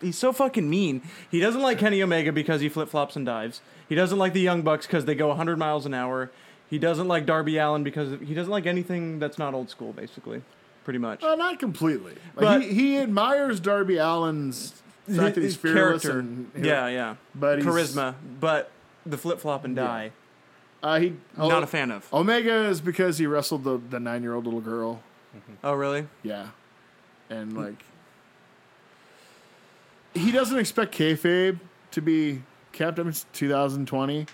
D: He's so fucking mean. He doesn't like Kenny Omega because he flip-flops and dives. He doesn't like the Young Bucks cuz they go 100 miles an hour. He doesn't like Darby Allen because he doesn't like anything that's not old school basically. Pretty much.
C: Well, Uh, not completely. Like,
D: But-
C: he, he admires Darby Allen's fact that he's fearless
D: character.
C: and
D: yeah, yeah.
C: but he's-
D: charisma, but the flip flop and die.
C: Uh, he
D: Not a fan of.
C: Omega is because he wrestled the, the nine year old little girl.
D: Oh, really?
C: Yeah, and like he doesn't expect kayfabe to be kept. I mean, it's 2020,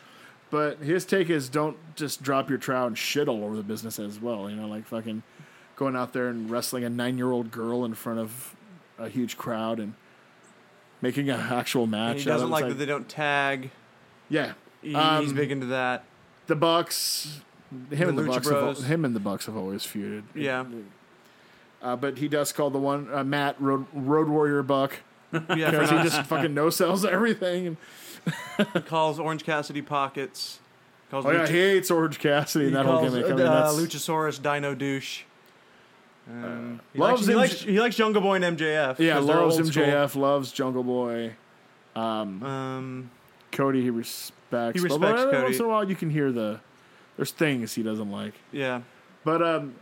C: but his take is don't just drop your trowel and shit all over the business as well. You know, like fucking going out there and wrestling a nine year old girl in front of a huge crowd and making an actual match.
D: And he
C: out of
D: doesn't
C: it.
D: like
C: It's
D: that they don't tag.
C: yeah.
D: He, he's
C: Um,
D: big into that.
C: The Bucks, him and the
D: Lucha
C: Bucks, have,
D: Bros.
C: him and the Bucks have always feuded.
D: Yeah,
C: Uh, but he does call the one uh, Matt Road, Road Warrior Buck
D: yeah.
C: because
D: for
C: he
D: now.
C: just fucking no sells everything. And,
D: He calls Orange Cassidy pockets. Calls
C: oh yeah,
D: Lucha-
C: he hates Orange
D: he
C: Cassidy and that whole
D: calls
C: gimmick. I mean,
D: uh,
C: that's, Uh,
D: Luchasaurus Dino douche. Um, he, likes,
C: loves
D: he,
C: MJ
D: likes, he likes Jungle Boy and MJF.
C: yeah,
D: 'cause they're
C: loves
D: old school.
C: MJF, loves Jungle Boy.
D: Um,
C: Cody he respects.
D: He
C: but
D: respects
C: every
D: Cody.
C: Once in a while, you can hear the there's things he doesn't like.
D: yeah,
C: But um,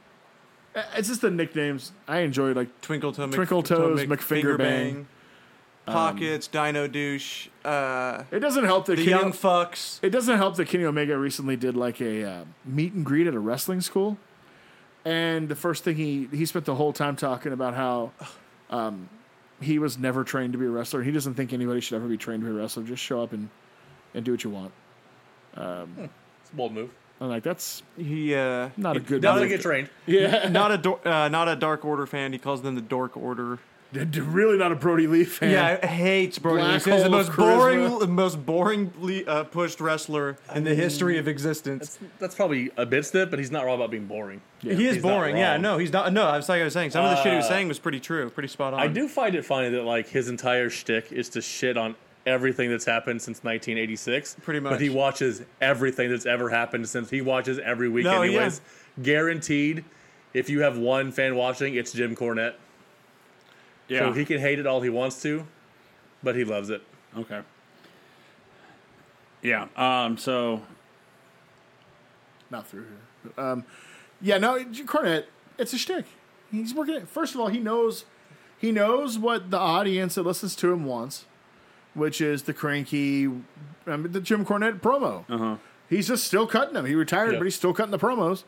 C: it's just the nicknames. I enjoy like
D: Twinkle Toe, Mc-
C: Twinkle Toes,
D: Mc-
C: McFinger Bang.
D: pockets, Dino douche, uh,
C: it doesn't help that
D: the
C: Kenny-
D: young fucks.
C: It doesn't help that Kenny Omega recently did like a uh, meet and greet at a wrestling school, and the first thing he he spent the whole time talking about how um, he was never trained to be a wrestler. He doesn't think anybody should ever be trained to be a wrestler. Just show up and and do what you want.
B: It's a bold move.
C: I'm like, that's
D: He uh,
C: not a good.
B: Definitely
C: move.
B: get trained.
C: yeah,
D: not a dor- uh, not a Dark Order fan. He calls them the Dork Order.
C: really not a Brody Lee fan.
D: Yeah, hates Brody. Lee.
C: Black
D: He's the
C: hole
D: most
C: of
D: boring,
C: charisma.
D: the most boringly uh, pushed wrestler in the history of existence.
B: That's, that's probably a bit stiff, but he's not wrong about being boring.
D: He is
B: He's not
D: boring. Yeah,
B: wrong.
D: no, he's not. No, I was like I was saying, some of the shit he was
B: Uh,
D: saying was pretty true, pretty spot on.
B: I do find it funny that like his entire shtick is to shit on everything that's happened since 1986.
D: Pretty much.
B: But he watches everything that's ever happened since. He watches every week,
D: No, yeah.
B: anyways. Guaranteed. If you have one fan watching, it's Jim Cornette.
A: Yeah.
B: So he can hate it all he wants to, but he loves it.
A: Okay. Yeah. Um. So
C: not through here. Um, yeah, no, Cornette, it's a shtick. He's working it. First of all, he knows he knows what the audience that listens to him wants, which is the cranky, I mean, the Jim Cornette promo. Uh-huh. He's just still cutting them. He retired,
B: Yeah.
C: but he's still cutting the promos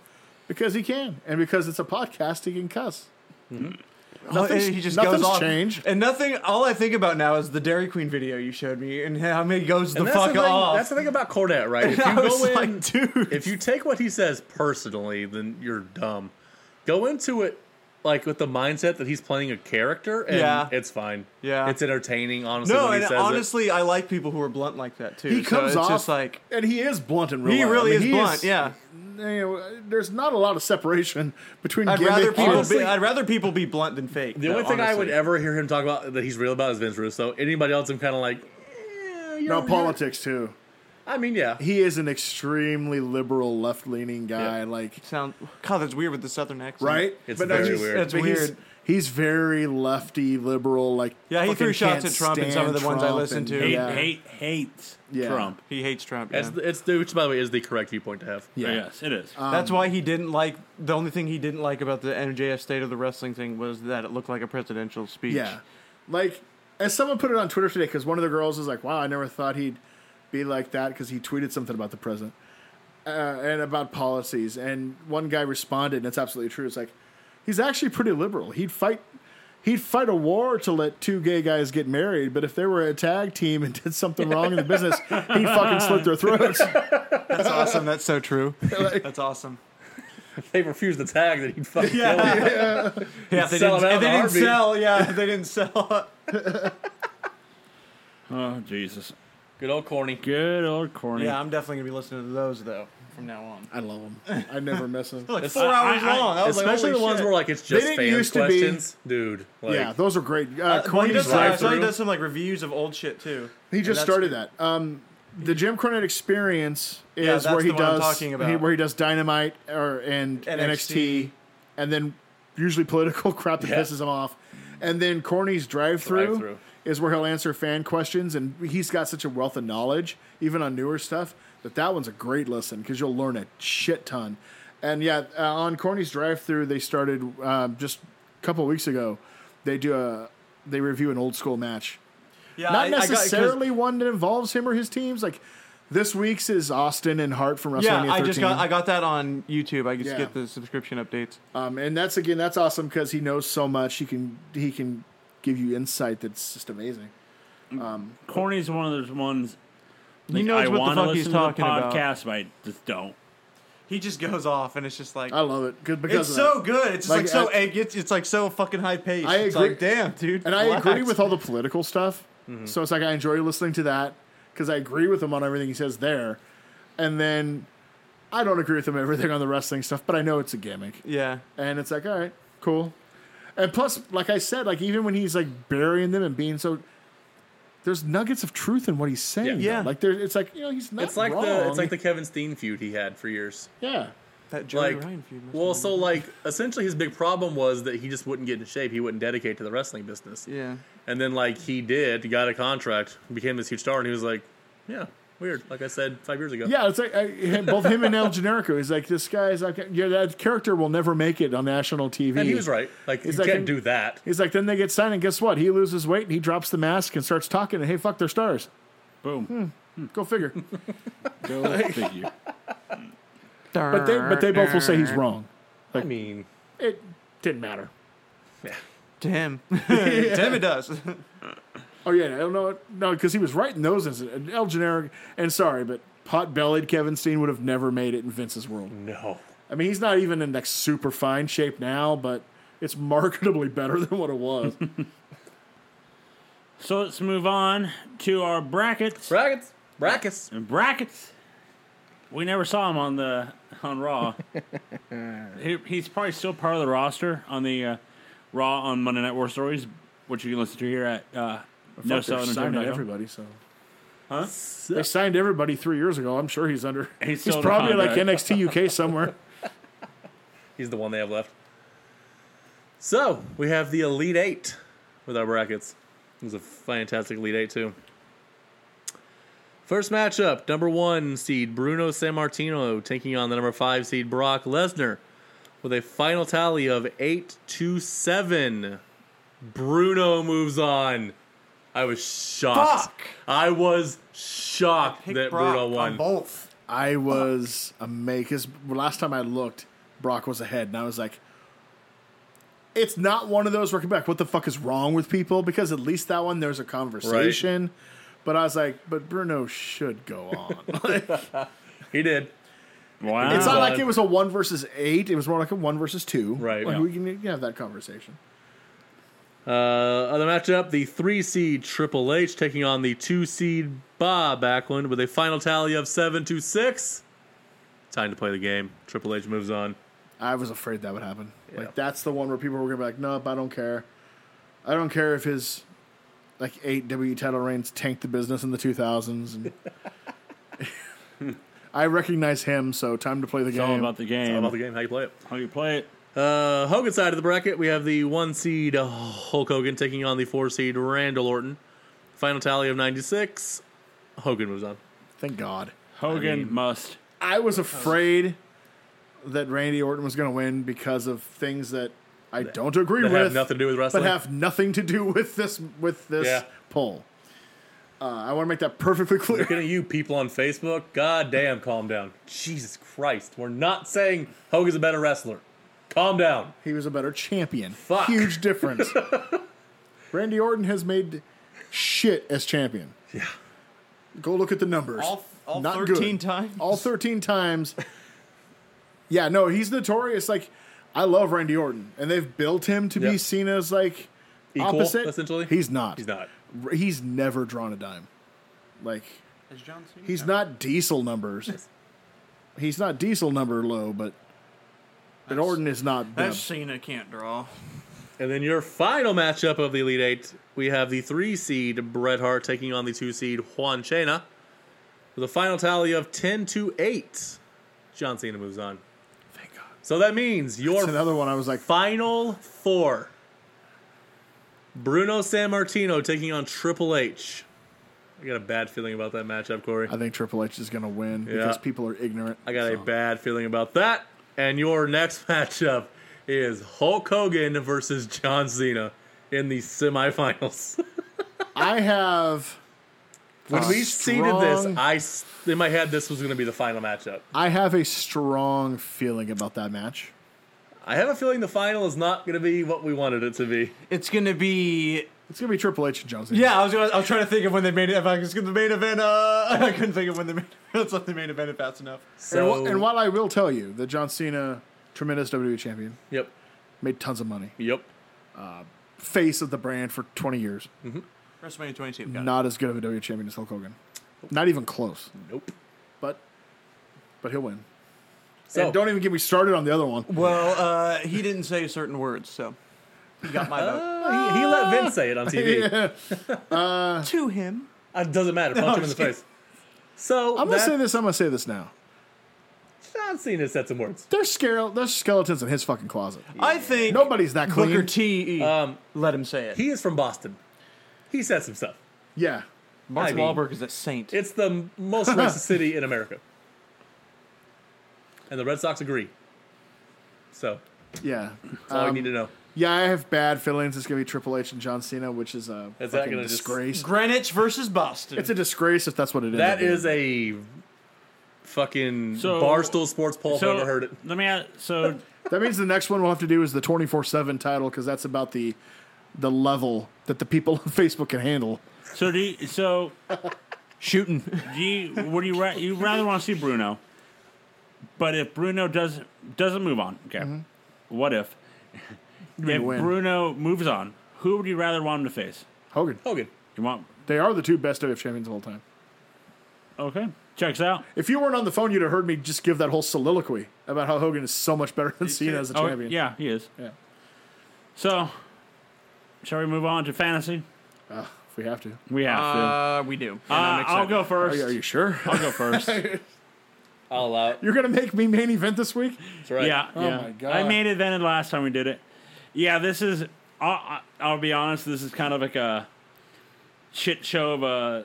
C: because he can, and because it's a podcast, he can cuss.
D: Oh, and
C: nothing's-
D: he just
C: nothing's
D: goes off.
C: changed.
D: And nothing. All I think about now is the Dairy Queen video you showed me, and how he goes the
B: And that's
D: fuck
B: the thing,
D: off.
B: That's the thing about Cornette, right? If you
D: I
B: go
D: was
B: in,
D: like, dude.
B: if you take what he says personally, then you're dumb. Go into it like with the mindset that he's playing a character, and
D: Yeah.
B: it's fine.
D: Yeah.
B: it's entertaining. Honestly,
D: no,
B: when he
D: and
B: says
D: honestly, I like people who are blunt like that too.
C: He
D: So
C: comes
D: it's
C: off
D: just like
C: and he is blunt in real
D: he
C: life. I
D: really
C: mean,
D: is
C: he
D: blunt. yeah,
C: you know, there's not a lot of separation between.
D: I'd rather
C: gimmick-
D: people
B: honestly-
D: be. I'd rather people be blunt than fake.
B: it. the only
D: though,
B: thing I would
D: honestly.
B: ever hear him talk about that he's real about is Vince Russo. Anybody else, I'm kind of like, eh, you're-
C: no
B: you're-
C: politics too.
B: I mean, yeah,
C: he is an extremely liberal, left leaning guy.
B: Yeah.
C: Like
D: sound. God, that's weird with the southern accent.
C: right,
B: It's very
C: he's-
B: weird.
D: It's
C: but he's-
D: weird.
C: He's, very lefty, liberal. Like
D: Yeah, he threw
C: fucking
D: shots
C: can't
D: at Trump in some of the
C: stand
D: ones I
C: Trump
D: listened to.
C: and-
A: hate
C: Yeah,
A: hate hates
C: Yeah.
A: Trump.
D: He hates Trump.
B: it's,
D: Yeah.
B: it's the, which by the way is the correct viewpoint to have.
C: yeah.
A: Yes, it is.
D: That's why he didn't like. The only thing he didn't like about the MJF State of the Wrestling thing was that it looked like a presidential speech.
C: Yeah. Like, as someone put it on Twitter today, because one of the girls was like, wow, I never thought he'd be like that because he tweeted something about the president uh, and about policies. And one guy responded, and it's absolutely true. It's like, he's actually pretty liberal. He'd fight. He'd fight a war to let two gay guys get married, but if they were a tag team and did something wrong in the business, he'd fucking slit their throats.
D: that's awesome. That's so true. that's awesome.
B: If they refuse the tag, then he'd fucking
D: Yeah.
B: kill him.
D: Yeah, if they
B: Sell him
D: didn't,
B: out
D: if they
B: in a
D: didn't
B: heartbeat.
D: sell. Yeah, if they didn't sell.
A: oh Jesus.
B: Good old corny.
A: Good old corny.
D: Yeah, I'm definitely gonna be listening to those though from now on.
C: I love them. I never miss them.
D: Like
B: It's-
D: four
A: I-
D: hours
A: I-
D: long. I was like,
B: Especially
D: holy
B: the ones
D: shit.
B: where like it's
C: They
B: just
C: didn't
B: fans
C: used to be-
B: questions, dude. Like,
C: yeah, those are great. Uh,
D: Uh, well, he
C: Corny's
D: does, I
C: live.
D: saw he
B: drive-through.
D: does some like reviews of old shit too.
C: He
D: And
C: just
D: that's-
C: started that. Um, the Jim Cornette experience is
D: Yeah, that's
C: where he
D: the one I'm
C: does
D: talking about.
C: he- where he does Dynamite or and NXT,
D: NXT.
C: and then usually political crap that
B: Yeah.
C: pisses him off, and then Corny's drive through
B: Drive-thru.
C: is where he'll answer fan questions, and he's got such a wealth of knowledge, even on newer stuff, that that one's a great listen because you'll learn a shit ton. And yeah, uh, on Corny's drive through, they started um, just a couple weeks ago. They do a they review an old school match
D: Yeah, I-
C: not
D: I got- 'cause-
C: necessarily one that involves him or his teams. Like this week's is Austin and Hart from WrestleMania
D: yeah,
C: 13.
D: I just got I got that on YouTube. I just
C: Yeah.
D: get the subscription updates.
C: um, and that's again, that's awesome because he knows so much. He can he can give you insight that's just amazing.
A: Corny's one of those ones. Like,
D: knows
A: I
D: what the
A: wanna
D: fuck he's
A: listen to
D: talking about.
A: podcast, but I just don't.
D: He just goes off, and it's just like
C: I love it 'cause-
D: it's
C: because of
D: so
C: that.
D: good. It's just
C: Like,
D: like, so
C: I-
D: egg. It's, it's like so fucking high paced.
C: I
D: It's
C: agree-
D: like, damn, dude.
C: and I
D: relax. Mm-hmm.
C: agree with all the political stuff. So it's like I enjoy listening to that because I agree with him on everything he says there, and then I don't agree with him on everything on the wrestling stuff, but I know it's a gimmick.
D: Yeah,
C: And it's like, all right, cool. And plus, like I said, like even when he's like burying them and being so, there's nuggets of truth in what he's saying.
D: Yeah.
C: Yeah, like there, it's like you know he's not.
B: It's like
C: wrong.
B: the it's like the Kevin Steen feud he had for years.
C: yeah.
D: that Joey
B: like,
D: Ryan feud. must
B: Well,
D: be-
B: so like essentially his big problem was that he just wouldn't get in shape. He wouldn't dedicate to the wrestling business.
D: yeah,
B: And then like he did, he got a contract, became this huge star, and he was like, yeah, weird. Like I said five years ago.
C: Yeah, it's like I, him- both him and El Generico. He's like, this guy's like, yeah, that character will never make it on national TV.
B: And he was right. Like
C: He's
B: you
C: like
B: can't
C: in-
B: do that.
C: He's like, then they get signed, and guess what? He loses weight, and he drops the mask and starts talking, and hey, fuck, they're stars.
D: Hmm.
A: Boom.
C: Go figure.
A: Go figure.
C: But they, but they both will say he's wrong.
B: I mean,
C: It didn't matter.
D: to him. to him, it does.
C: Oh yeah, I don't know. No, because he was right in those. instances. El Generic, and sorry, but pot-bellied Kevin Steen would have never made it in Vince's world.
B: no.
C: I mean, he's not even in like super fine shape now, but it's marketably better than what it was.
A: So let's move on to our brackets.
B: Brackets. Brackets.
A: And brackets. We never saw him on the on Raw. he, he's probably still part of the roster on the uh, Raw on Monday Night War Stories, which you can listen to here at uh, no
C: Fuck, they're signing everybody, so
A: Huh?
C: they signed everybody three years ago. I'm sure he's under.
A: He's
C: He's,
A: still under
C: probably like
A: contract.
C: NXT UK somewhere.
B: He's the one they have left. So we have the Elite Eight with our brackets. It was a fantastic Elite Eight too. First matchup: number one seed Bruno Sammartino taking on the number five seed Brock Lesnar, with a final tally of eight to seven. Bruno moves on. I was shocked.
D: Fuck.
B: I was shocked
D: Pick
B: that
D: Brock
B: Bruno
D: on
B: won.
D: both.
C: I was amazed because last time I looked, Brock was ahead, and I was like, "It's not one of those working back. What the fuck is wrong with people?" Because at least that one there's a conversation. But I was like, "But Bruno should go on."
B: He did.
A: Wow.
C: it's not
B: Uh,
C: like it was a one versus eight. It was more like a one versus two.
B: Right.
C: Like
B: Yeah.
C: we can you can have that conversation.
B: Uh, other matchup, the three seed Triple H taking on the two seed Bob Backlund with a final tally of seven to six. Time to play the game. Triple H moves on.
C: I was afraid that would happen.
B: Yeah.
C: Like that's the one where people were gonna be like, "Nope, I don't care. I don't care if his like eight W E title reigns tanked the business in the two thousands. And I recognize him, so time to play the
A: It's
C: game.
A: all about the game.
B: How about the game? How you play it?
A: How you play it?
B: Uh, Hogan side of the bracket, we have the one seed uh, Hulk Hogan taking on the four seed Randall Orton. Final tally of 96. Hogan moves on.
C: Thank God.
A: Hogan must.
C: I was afraid that Randy Orton was gonna win because of things that I don't agree
B: That
C: with.
B: have nothing to do with
C: but
B: wrestling.
C: have nothing to do with this with this
B: Yeah.
C: poll. Uh, I want to make that perfectly clear.
B: Look at you people on Facebook. God damn, calm down. Jesus Christ. We're not saying Hogan's a better wrestler. Calm down.
C: He was a better champion.
B: Fuck.
C: Huge difference. Randy Orton has made shit as champion. Yeah. Go look at the numbers.
D: All, all
C: Not good.
D: thirteen times.
C: All 13 times. yeah, no, he's notorious. Like, I love Randy Orton, and they've built him to be
B: Yep.
C: seen as like
B: Equal,
C: opposite.
B: essentially?
C: he's not.
B: He's not.
C: He's never drawn a dime. Like,
D: As John Cena?
C: He's not diesel numbers. He's not diesel number low, but but Orton is not.
D: That
C: Dub.
D: Cena can't draw.
B: And then your final matchup of the Elite Eight, we have the three seed Bret Hart taking on the two seed Juan Chena. With a final tally of 10 to 8, John Cena moves on.
C: Thank God.
B: So that means
C: That's
B: your
C: another one. I was like,
B: final four Bruno San Martino taking on Triple H. I got a bad feeling about that matchup, Corey.
C: I think Triple H is going to win because
B: Yeah.
C: people are ignorant.
B: I got a
C: So,
B: bad feeling about that. And your next matchup is Hulk Hogan versus John Cena in the semifinals.
C: I have.
B: When
C: a
B: we seeded this,
C: strong-
B: I s- in my head this was going to be the final matchup.
C: I have a strong feeling about that match.
B: I have a feeling the final is not going to be what we wanted it to be.
D: It's gonna be.
C: It's going to be Triple H and John Cena.
D: Yeah, I was gonna, I was trying to think of when they made it. If I was gonna the main event, uh, I couldn't think of when they made. That's not the main event fast enough.
C: And,
B: So,
C: wh- and while I will tell you that John Cena, tremendous WWE champion,
B: yep,
C: made tons of money,
B: yep,
C: face of the brand for 20 years,
D: WrestleMania 22. Got it.
C: not as good of a WWE champion as Hulk Hogan. Not even close.
B: nope.
C: But but he'll win.
B: So
C: and don't even get me started on the other one.
D: Well, uh, he didn't say certain words, so he got my vote
B: he, he let Vince say it on TV.
D: Uh, to him.
B: It doesn't matter. Punch him in the
D: shit.
B: face. So
C: I'm gonna
B: that-
C: say this. I'm gonna say this now.
B: John Cena said some words.
C: There's scale. There's skeletons in his fucking closet.
D: I think
C: Nobody's that clean.
D: Booker T. Um, let him say it.
B: He is from Boston. He said some stuff.
C: yeah.
D: Mark
B: I mean-
D: Wahlberg is a saint.
B: It's the most racist city in America, and the Red Sox agree. So
C: Yeah.
B: that's all I
C: Um,
B: need to know.
C: yeah. I have bad feelings. It's gonna be Triple H and John Cena, which is a
B: Is that
C: fucking
B: gonna just-
C: disgrace.
D: Greenwich versus Boston.
C: It's a disgrace if that's what it is.
B: That is a fucking
A: So-
B: barstool sports poll.
A: So,
B: I've ever heard it.
A: Let me ask, so
C: That means the next one we'll have to do is the 24 seven title because that's about the the level that the people on Facebook can handle.
A: so do you, so
D: shooting.
A: do you would you ra- you rather want to see Bruno? But if Bruno does doesn't move on, okay. What if if
C: Mm-hmm. win.
A: Bruno moves on? Who would you rather want him to face?
C: Hogan.
B: Hogan.
A: You want
C: They are the two best WF champions of all time.
A: okay? Checks out.
C: If you weren't on the phone, you'd have heard me just give that whole soliloquy about how Hogan is so much better than Cena as a
A: Oh,
C: champion.
A: yeah, he is.
C: Yeah.
A: So, shall we move on to fantasy?
C: Uh, if we have to.
A: We have
D: Uh, we do.
A: to. Uh, I'll go
C: Are
A: first.
C: you, are you sure?
A: I'll go first.
B: I'll allow it.
C: You're going to make me main event this week?
B: That's right.
A: Yeah,
C: Oh
A: yeah.
C: my God.
A: I made it then and last time we did it. Yeah, this is. I'll, I'll- I'll be honest. This is kind of like a shit show of a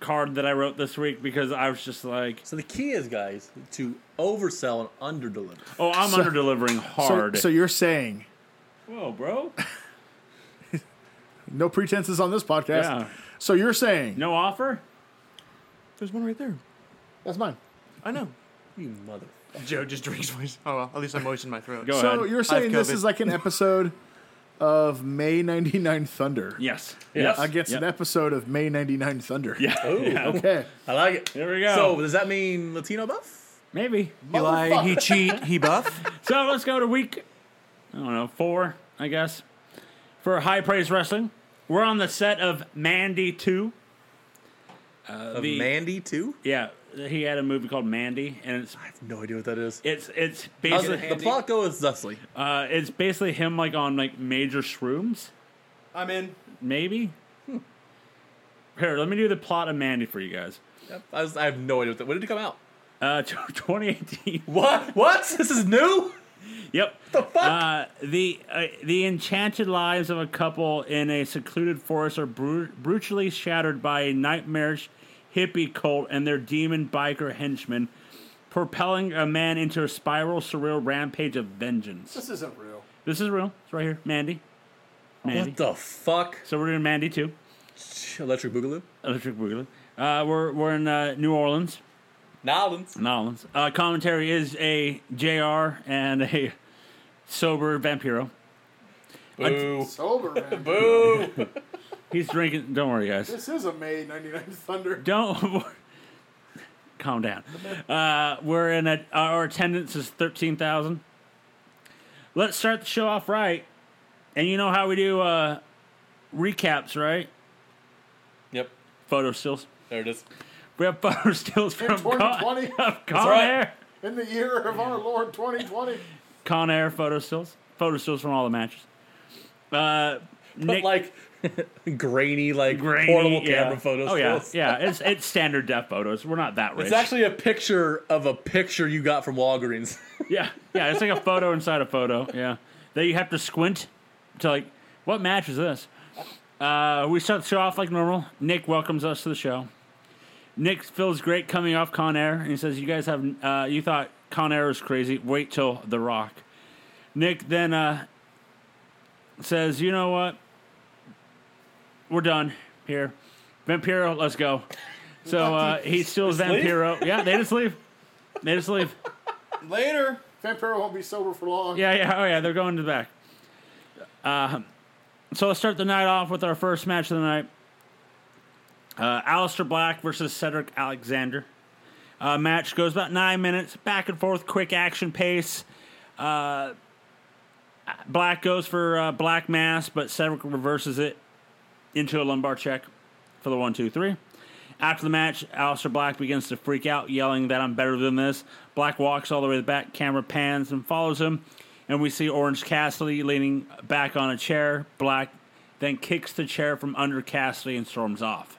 A: card that I wrote this week because I was just like,
B: So the key is, guys, to oversell and underdeliver.
A: oh, I'm
C: So-
A: under delivering
C: So,
A: hard.
C: so you're saying
A: Whoa, bro.
C: no pretenses on this podcast.
A: Yeah.
C: So you're saying
A: No offer?
D: There's one right there.
C: that's mine.
D: I know.
B: You mother.
D: Joe just drinks voice. Oh well, at least I moistened my throat.
A: Go
C: So
A: ahead.
C: you're saying this
D: COVID.
C: is like an episode of May 99 Thunder
A: yes. Yes.
C: against
A: Yep.
C: an episode of May 99 Thunder.
A: Yeah.
B: Oh,
C: Okay.
B: I like it.
A: There we go.
B: So does that mean Latino buff?
A: Maybe.
D: He lie, he cheat, he buff.
A: So let's go to week, I don't know, four, I guess, for High Praise Wrestling. We're on the set of Mandy 2.
B: Of
A: Uh, the-
B: Mandy too?
A: Yeah, he had a movie called Mandy, and it's
B: I have no idea what that is.
A: it's it's
B: How's
A: basically
B: it- the plot go is thusly.
A: uh, it's basically him like on like major shrooms,
D: I'm in.
A: maybe.
B: Hmm.
A: Here, let me do the plot of Mandy for you guys.
B: I, was, I have no idea what that. When did it come out?
A: Uh, 2018.
B: What? What? This is new.
A: Yep.
B: The fuck?
A: Uh, the uh, the enchanted lives of a couple in a secluded forest are bru- brutally shattered by a nightmarish hippie cult and their demon biker henchmen, propelling a man into a spiral, surreal rampage of vengeance.
C: This isn't real.
A: This is real. It's right here, Mandy. Mandy.
B: what the fuck?
A: So we're doing Mandy too,
B: Electric Boogaloo.
A: Electric Boogaloo. Uh, we're we're in uh, New Orleans.
B: Nolans.
A: New Orleans. Uh, commentary is a Jr. and a sober vampiro.
B: Boo.
C: Sober, man.
B: Boo.
A: He's drinking. Don't worry, guys.
C: this is a May 99 Thunder.
A: Don't calm down. Uh, we're in a our attendance is thirteen thousand. Let's start the show off right, and you know how we do uh, recaps, right?
B: yep.
A: Photo stills.
B: There it is.
A: We have photo stills
C: In
A: from Con,
C: 2020,
A: of Con
B: right.
A: Air.
C: in the year of our Lord 2020.
A: Con Air photo stills. Photo stills from all the matches. Uh,
B: But
A: Nick,
B: like grainy, like
A: grainy,
B: portable
A: yeah.
B: camera photos.
A: Oh yeah, yeah. It's it's standard def photos. We're not that rich.
B: It's actually a picture of a picture you got from Walgreens.
A: yeah, yeah. It's like a photo inside a photo. Yeah, that you have to squint to like what match is this. Uh, we start the show off like normal. Nick welcomes us to the show. Nick feels great coming off Con Air, and he says, "You guys have uh, you thought Con Air was crazy? Wait till The Rock." Nick then uh, says, "You know what? We're done here. Vampiro, let's go." So uh, he steals Vampiro. Yeah, they just leave. They just leave.
D: Later.
C: Vampiro won't be sober for long.
A: Yeah, yeah, oh yeah, they're going to the back. Uh, so let's start the night off with our first match of the night. Uh, Alistair Black versus Cedric Alexander. Uh, match goes about nine minutes, back and forth, quick action pace. Uh, Black goes for uh, Black Mass, but Cedric reverses it into a lumbar check for the one, two, three. After the match, Alistair Black begins to freak out, yelling that I'm better than this. Black walks all the way to the back, camera pans and follows him, and we see Orange Cassidy leaning back on a chair. Black then kicks the chair from under Cassidy and storms off.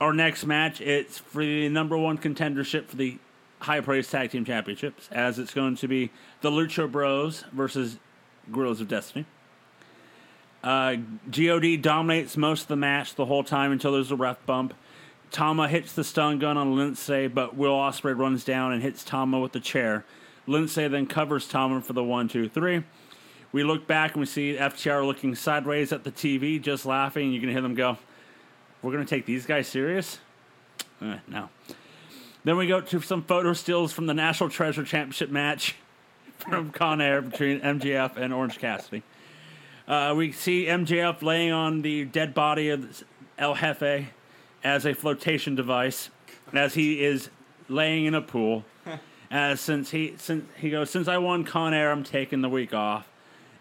A: Our next match, it's for the number one contendership for the High Praise Tag Team Championships, as it's going to be the Lucha Bros versus Guerrillas of Destiny. Uh, God dominates most of the match the whole time until there's a ref bump. Tama hits the stun gun on Lindsay, but Will Ospreay runs down and hits Tama with the chair. Lindsay then covers Tama for the one, two, three. We look back and we see FTR looking sideways at the TV, just laughing. You can hear them go, "We're gonna take these guys serious." Uh, no. Then we go to some photo stills from the National Treasure Championship match from Con Air between MGF and Orange Cassidy. Uh, we see MJF laying on the dead body of El Jefe as a flotation device, as he is laying in a pool. As since he since he goes, since I won Con Air, I'm taking the week off,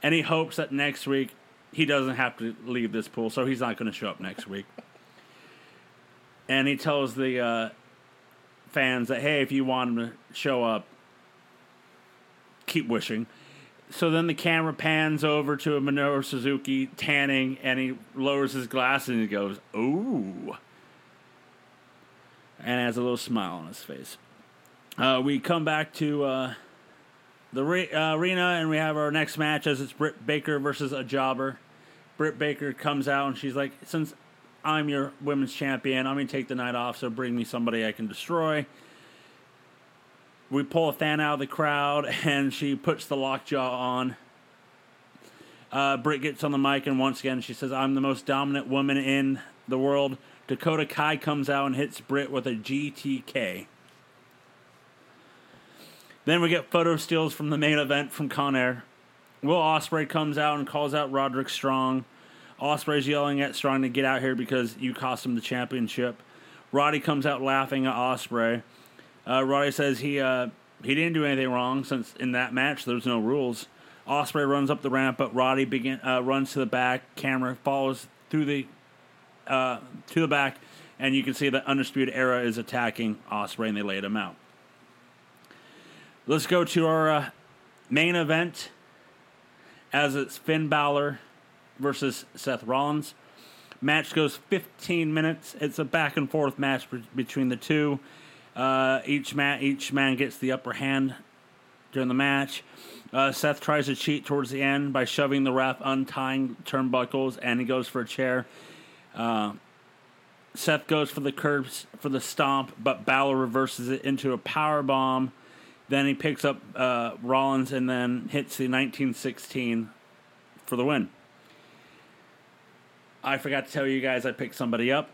A: and he hopes that next week he doesn't have to leave this pool, so he's not going to show up next week. And he tells the uh, fans that hey, if you want him to show up, keep wishing. So then the camera pans over to a Minoru Suzuki tanning, and he lowers his glass and he goes, "Ooh," and has a little smile on his face. Uh, we come back to uh, the re- uh, arena, and we have our next match as it's Britt Baker versus a jobber. Britt Baker comes out, and she's like, "Since I'm your women's champion, I'm gonna take the night off. So bring me somebody I can destroy." we pull a fan out of the crowd and she puts the lockjaw on. Uh, Britt gets on the mic and once again she says, I'm the most dominant woman in the world. Dakota Kai comes out and hits Britt with a GTK. Then we get photo steals from the main event from Con Air. Will Osprey comes out and calls out Roderick Strong. Osprey's yelling at Strong to get out here because you cost him the championship. Roddy comes out laughing at Osprey. Uh, Roddy says he uh, he didn't do anything wrong since in that match there's no rules. Osprey runs up the ramp, but Roddy begin uh, runs to the back. Camera follows through the uh, to the back, and you can see that Undisputed Era is attacking Osprey, and they laid him out. Let's go to our uh, main event, as it's Finn Balor versus Seth Rollins. Match goes 15 minutes. It's a back and forth match be- between the two. Uh, each man each man gets the upper hand during the match. Uh, Seth tries to cheat towards the end by shoving the ref, untying turnbuckles, and he goes for a chair. Uh, Seth goes for the curbs for the stomp, but Balor reverses it into a power bomb. Then he picks up uh, Rollins and then hits the 1916 for the win. I forgot to tell you guys I picked somebody up.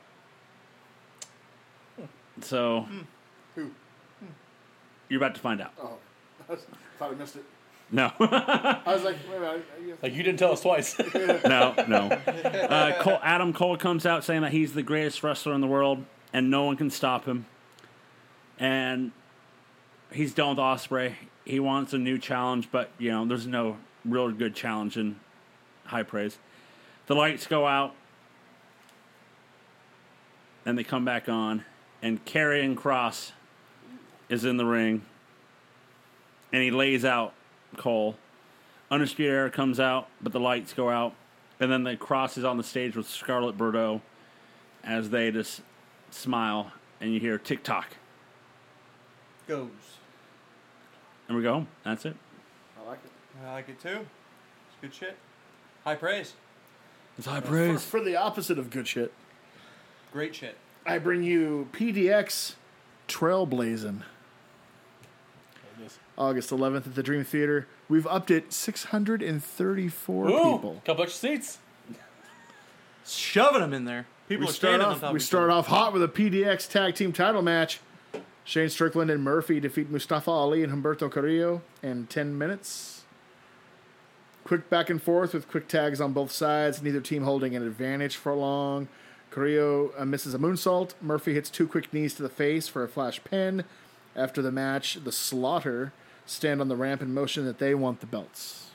A: So
C: Who?
A: you're about to find out.
C: Oh, I thought I missed it.
A: No,
C: I was like, wait a minute. I- I-
B: like you didn't tell us twice.
A: no, no. Uh, Cole, Adam Cole comes out saying that he's the greatest wrestler in the world and no one can stop him. And he's done with Osprey. He wants a new challenge, but you know there's no real good challenge in high praise. The lights go out. Then they come back on, and Karrion Cross is in the ring, and he lays out Cole. Undisputed Era comes out, but the lights go out, and then the Cross is on the stage with Scarlett Bordeaux as they just smile, and you hear tick tock,
D: Goes.
A: and we go home. That's it.
C: I like it.
D: I like it too. It's good shit. High praise.
A: It's high
C: For,
A: praise.
C: for the opposite of good shit,
D: Great shit.
C: I bring you PDX Trailblazing. August 11th at the Dream Theater. We've upped it 634 people.
B: couple extra seats.
D: Shoving them in there. People
C: we
D: are
C: start
D: standing on
C: off,
D: top
C: we
D: of each
C: start
D: other.
C: off hot with a PDX tag team title match. Shane Strickland and Murphy defeat Mustafa Ali and Humberto Carrillo in 10 minutes. Quick back and forth with quick tags on both sides, neither team holding an advantage for long. Carrillo uh, misses a moonsault. Murphy hits two quick knees to the face for a flash pin. After the match, the Slaughter stand on the ramp in motion that they want the belts.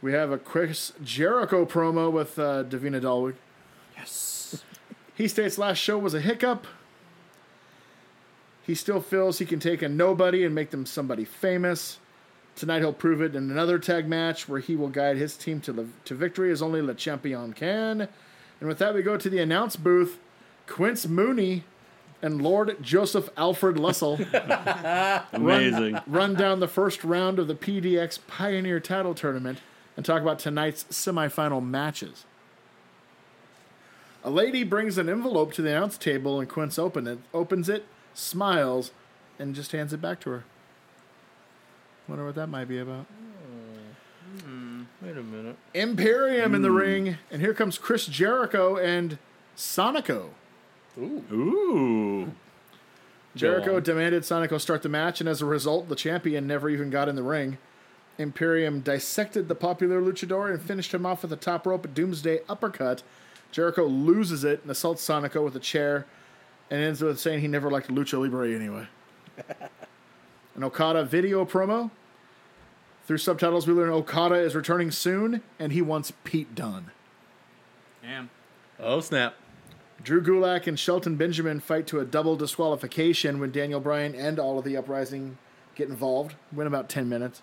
C: We have a Chris Jericho promo with uh, Davina Dalwig.
D: Yes.
C: He states last show was a hiccup. He still feels he can take a nobody and make them somebody famous. Tonight he'll prove it in another tag match where he will guide his team to, the, to victory as only Le Champion can. And with that, we go to the announce booth. Quince Mooney and Lord Joseph Alfred Lussell
A: Amazing.
C: run down the first round of the PDX Pioneer Title Tournament and talk about tonight's semifinal matches. A lady brings an envelope to the announce table and Quince open it, opens it, smiles, and just hands it back to her. Wonder what that might be about.
B: Wait a minute.
C: Imperium in the ring, and here comes Chris Jericho and Sonico.
A: Ooh.
C: Jericho
B: on.
C: demanded Sonico start the match, and as a result, the champion never even got in the ring. Imperium dissected the popular luchador and finished him off with a top rope doomsday uppercut. Jericho loses it and assaults Sonico with a chair and ends with saying he never liked Lucha Libre anyway. An Okada video promo. Through subtitles, we learn Okada is returning soon and he wants Pete Dunne.
D: Damn.
B: Oh snap!
C: Drew Gulak and Shelton Benjamin fight to a double disqualification when Daniel Bryan and all of the uprising get involved. Win about 10 minutes.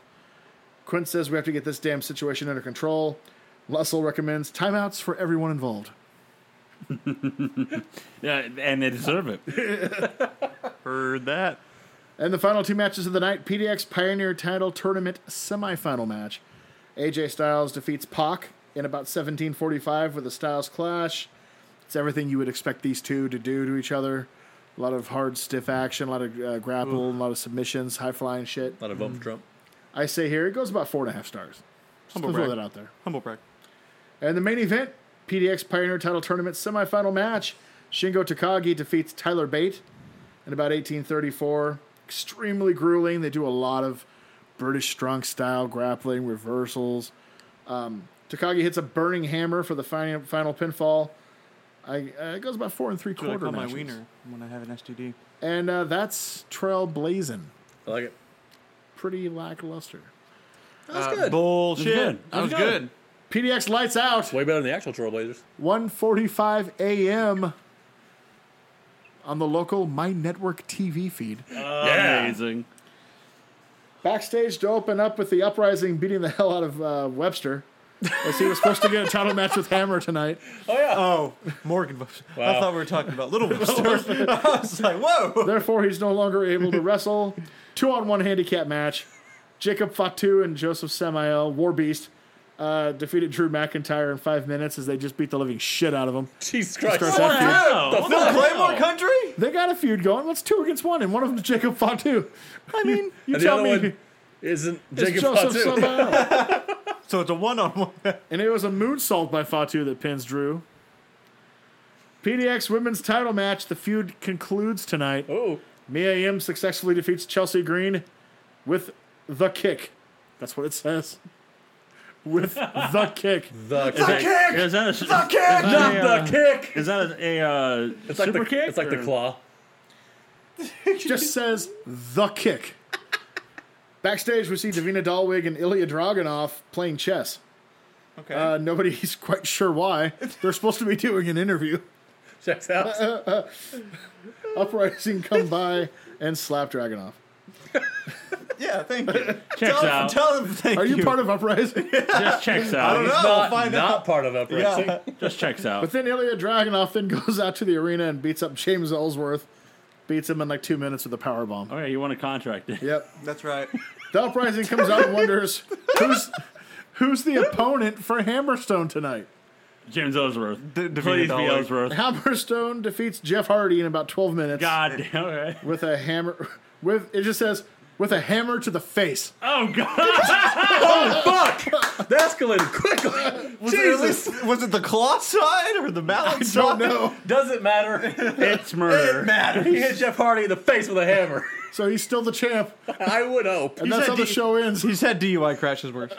C: Quint says we have to get this damn situation under control. Lussell recommends timeouts for everyone involved.
A: Yeah, and they deserve it.
B: Heard that.
C: And the final two matches of the night PDX Pioneer Title Tournament semifinal match. AJ Styles defeats Pac in about 1745 with a Styles clash. It's everything you would expect these two to do to each other. A lot of hard, stiff action, a lot of uh, grapple, a lot of submissions, high flying shit.
B: Not a vote
A: Hmm.
B: for Trump.
C: I say here, it goes about four and a half stars. Just
D: Humble
C: to throw
D: brag.
C: that out there.
D: Humble brag.
C: And the main event, PDX Pioneer Title Tournament semifinal match. Shingo Takagi defeats Tyler Bate in about 1834. Extremely grueling. They do a lot of British strong style grappling, reversals. Um, Takagi hits a burning hammer for the final, final pinfall. I, uh, it goes about four and three
D: That's what I
C: quarter
D: call my
C: matches.
D: wiener when I have an STD.
C: And uh, that's trailblazing.
B: I like it.
C: Pretty lackluster.
B: That's
D: Uh,
B: good.
A: good.
D: Bullshit. That was good.
C: PDX lights out.
B: Way better than the actual Trailblazers.
C: 1:45 a.m. on the local My Network TV feed.
A: Um, Amazing.
C: Backstage to open up with the uprising beating the hell out of uh, Webster, as he was supposed to get a title match with Hammer tonight.
A: Uh,
D: Oh, Morgan Webster. I
B: Wow.
D: thought we were talking about Little Webster. I was like, whoa.
C: Therefore, he's no longer able to wrestle. Two-on-one handicap match. Jacob Fatu and Joseph Samael, War Beast, uh, defeated Drew McIntyre in five minutes as they just beat the living shit out of him.
B: Jesus Christ!
C: Starts
B: What
C: after
B: the
C: you.
B: hell? The fuck?
D: Claymore Country?
C: They got a feud going. What's two against one? And one of them's Jacob Fatu. I mean, you
B: And the
C: tell
B: other
C: me.
B: one isn't
C: it's
B: Jacob
C: Joseph
B: Fatu.
C: Samael.
D: So it's a one on one.
C: And it was a moonsault by Fatu that pins Drew. PDX women's title match. The feud concludes tonight.
B: Oh,
C: Mia Yim successfully defeats Chelsea Green with the kick. That's what it says. With the kick.
B: the kick.
A: Is that a,
B: Not the kick.
A: Is that a, a uh,
B: It's like
A: super
B: the
A: kick?
B: It's like the
A: or-
B: claw.
C: It just says the kick. Backstage, we see Davina Dalwig and Ilya Dragunov playing chess.
D: Okay.
C: Uh, nobody's quite sure why. They're supposed to be doing an interview.
B: Checks out.
C: Uprising come by and slap Dragonoff.
D: yeah, thank you.
A: Checks
D: tell,
A: out.
D: tell him thank
C: Are you part of Uprising?
A: Just checks out.
D: don't know.
B: He's
D: we'll
B: not,
D: oh, find
B: not part of Uprising.
D: Yeah.
A: Just checks out.
C: but then Ilya Dragunov then goes out to the arena and beats up James Ellsworth. Beats him in like two minutes with a power bomb.
A: All right, Oh, you want a contract?
C: Yep.
D: That's right.
C: The Uprising comes out and wonders who's who's the opponent for Hammerstone tonight.
A: James Ellsworth.
D: D- Davina
A: Please be
D: Dolly.
A: Ellsworth.
C: Hammerstone defeats Jeff Hardy in about 12 minutes
A: God damn. All right.
C: with a hammer. With it just says with a hammer to the face.
A: Oh God.
B: Fuck! That escalated quickly.
D: Was it, at
B: Jesus.
D: least- was it the cloth side or the mallet side?
C: Don't know.
B: Doesn't matter.
A: it's murder.
D: Matter.
B: He hit Jeff Hardy in the face with a hammer.
C: So he's still the champ,
B: I would hope.
C: and that's
D: said
C: how the
D: D-
C: show ends.
D: He said DUI crashes worse.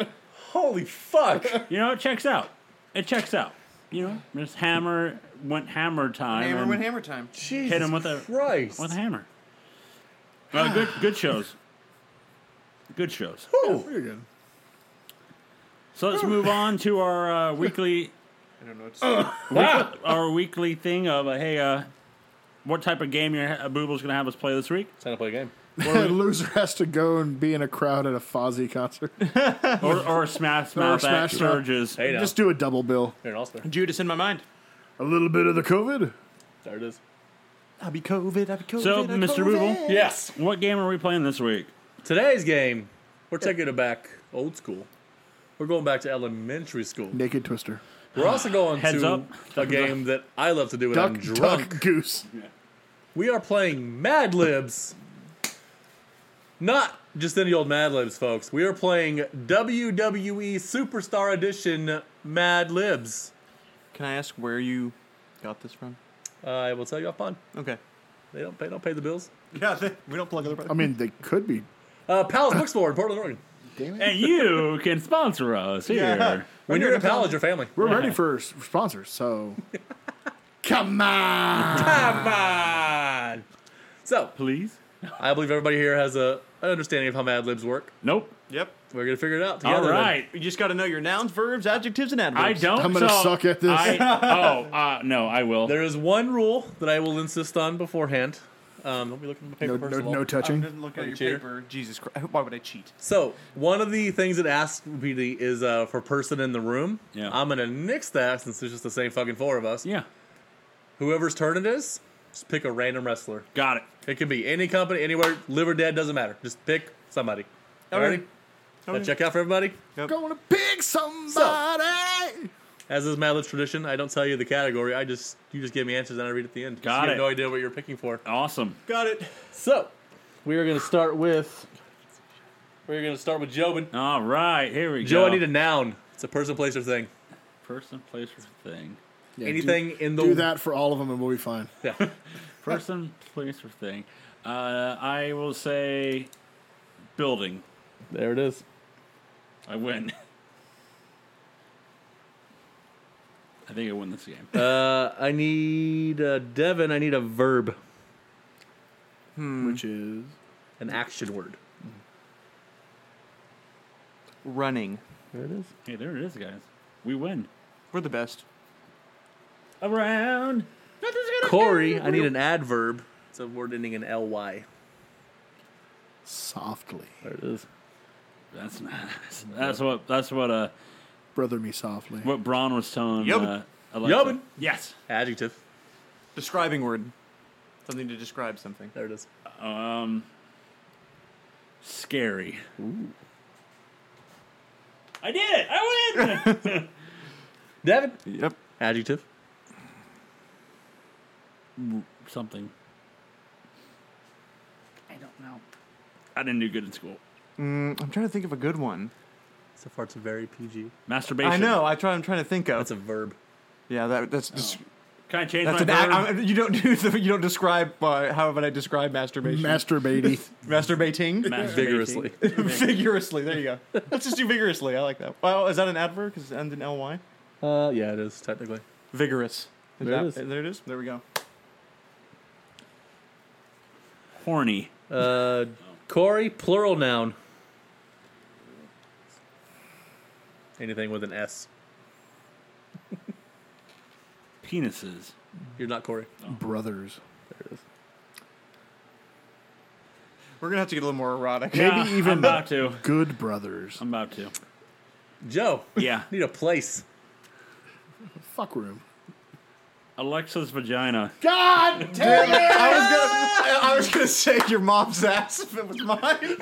B: Holy fuck.
A: You know, it checks out. It checks out. You know, Miss Hammer went hammer time.
D: hammer
A: and
D: went hammer time.
B: Jesus
A: him with a-
B: Christ.
A: with a hammer. Well, good good shows. Good shows.
B: Whew.
C: Pretty good.
A: So let's move on to our uh, weekly
D: I don't know what to say.
B: Ah,
A: our weekly thing of uh, hey, uh, what type of game your uh, Booble's gonna have us play this week?
B: Time to play a game.
C: The loser has to go and be in a crowd at a Fozzy concert.
A: Or or Smash Mouth at
C: Smash Mouth.
A: Surges.
B: Hey, now.
C: Just do a double bill.
B: You're an all-star.
D: Judas in my mind.
C: A little bit of the COVID.
B: There it is.
D: I'll be COVID. I'll be COVID.
A: So,
D: I'll be
A: Mr.
D: COVID.
A: Booble,
B: Yes.
A: what game are we playing this week?
B: Today's game, we're taking it back old school. We're going back to elementary school.
C: Naked Twister.
B: We're also going
A: Heads
B: to
A: up.
B: a game that I love to do when
C: Duck,
B: I'm drunk.
C: duck, goose.
B: We are playing Mad Libs. Not just any old Mad Libs, folks. We are playing WWE Superstar Edition Mad Libs.
D: Can I ask where you got this from?
B: Uh, I will tell you off on.
D: Okay.
B: They don't pay, don't pay the bills.
D: Yeah, we don't plug other.
C: I mean, they could be.
B: Uh, Palace Bookstore in Portland, Oregon.
A: And you can sponsor us here.
D: Yeah.
B: When you're in college, your family.
C: We're ready for s- sponsors, so. Come on!
B: Come on. So
A: Please?
B: I believe everybody here has a an understanding of how Mad Libs work.
A: Nope.
D: Yep.
B: We're gonna figure it out
A: All
B: together. then.
A: right.
D: You just got to know your nouns, verbs, adjectives, and adverbs.
A: I don't.
C: I'm gonna
A: so
C: suck at this.
A: I, oh uh, no, I will.
B: There is one rule that I will insist on beforehand. Um, don't be looking at my paper
C: No,
B: first
C: no,
B: of all.
C: no touching.
D: look
B: at your Cheater.
D: Jesus Christ. Why would I cheat?
B: So one of the things it asks really is uh, for person in the room.
A: Yeah.
B: I'm gonna nix that since it's just the same fucking four of us.
A: yeah,
B: Whoever's turn it is, just pick a random wrestler.
A: got it.
B: It can be any company, anywhere, live or dead, doesn't matter. Just pick somebody. All right.
D: Okay.
B: Check out for everybody.
C: Gonna pick somebody!
B: As is Mad Libs tradition, I don't tell you the category. I just you just give me answers and I read at the end.
A: Got
B: you
A: it.
B: have no idea what you're picking for.
A: Awesome.
D: Got it.
B: So we are going to start with we're going to start with Jobin.
A: All right, here we
B: Joe,
A: go.
B: I need a noun. It's a person, place, or thing.
A: person, place, or thing.
C: Yeah, do-
B: Anything in the
C: Do, that for all of them and we'll be fine.
B: Yeah.
A: Person, place, or thing. Uh, I will say building.
B: There it is.
A: I win. I think I win this game.
B: Uh, I need uh, Devin. I need a verb, Hmm.
C: Which is.
B: an action word.
D: Running.
B: There it is.
A: Hey, there it is, guys. We win.
D: We're the best.
A: Around.
B: Corey. I need an adverb. It's a word ending in ly.
C: Softly.
B: There it is.
A: That's not. That's what. That's what. Uh,
C: Brother me softly.
A: what Braun was telling.
D: Yubbin.
A: Uh, Alexa.
B: Yubbin.
A: Yes.
B: Adjective.
D: Describing word. Something to describe something.
B: There it is.
A: Scary. I did it. I win.
B: Devin.
D: Yep.
B: Adjective.
A: Something. I don't know. I didn't do good in school.
D: I'm trying to think of a good one.
B: So far, it's very PG.
A: Masturbation.
D: I know. I try. I'm trying to think of.
B: That's a Oh. verb.
D: yeah. That, that's just.
A: Can I change
D: That's
A: my
D: an
A: verb?
D: act, I- you don't do the, you don't describe uh, how would I describe masturbation?
C: Masturbating.
D: Masturbating
A: Masturbating.
B: Vigorously.
D: vigorously. There you go. Let's just do vigorously. I like that. Well, is that an adverb? Because it ends in ly.
B: Uh, yeah, it is technically.
D: Vigorous. Is
B: There it
D: that-
B: is.
D: There it is. There we go.
A: Horny.
B: Uh, Corey, plural noun. Anything with an S.
A: Penises.
B: You're not Corey.
C: Brothers.
D: We're gonna have to get a little more erotic.
C: Maybe
A: Yeah,
C: even
A: Ah, I'm about to.
C: Good brothers.
A: I'm about to.
B: Joe,
A: Yeah.
B: need a place.
C: Fuck room.
A: Alexa's vagina.
C: God damn it!
D: I was gonna, I was gonna say your mom's ass if it was mine.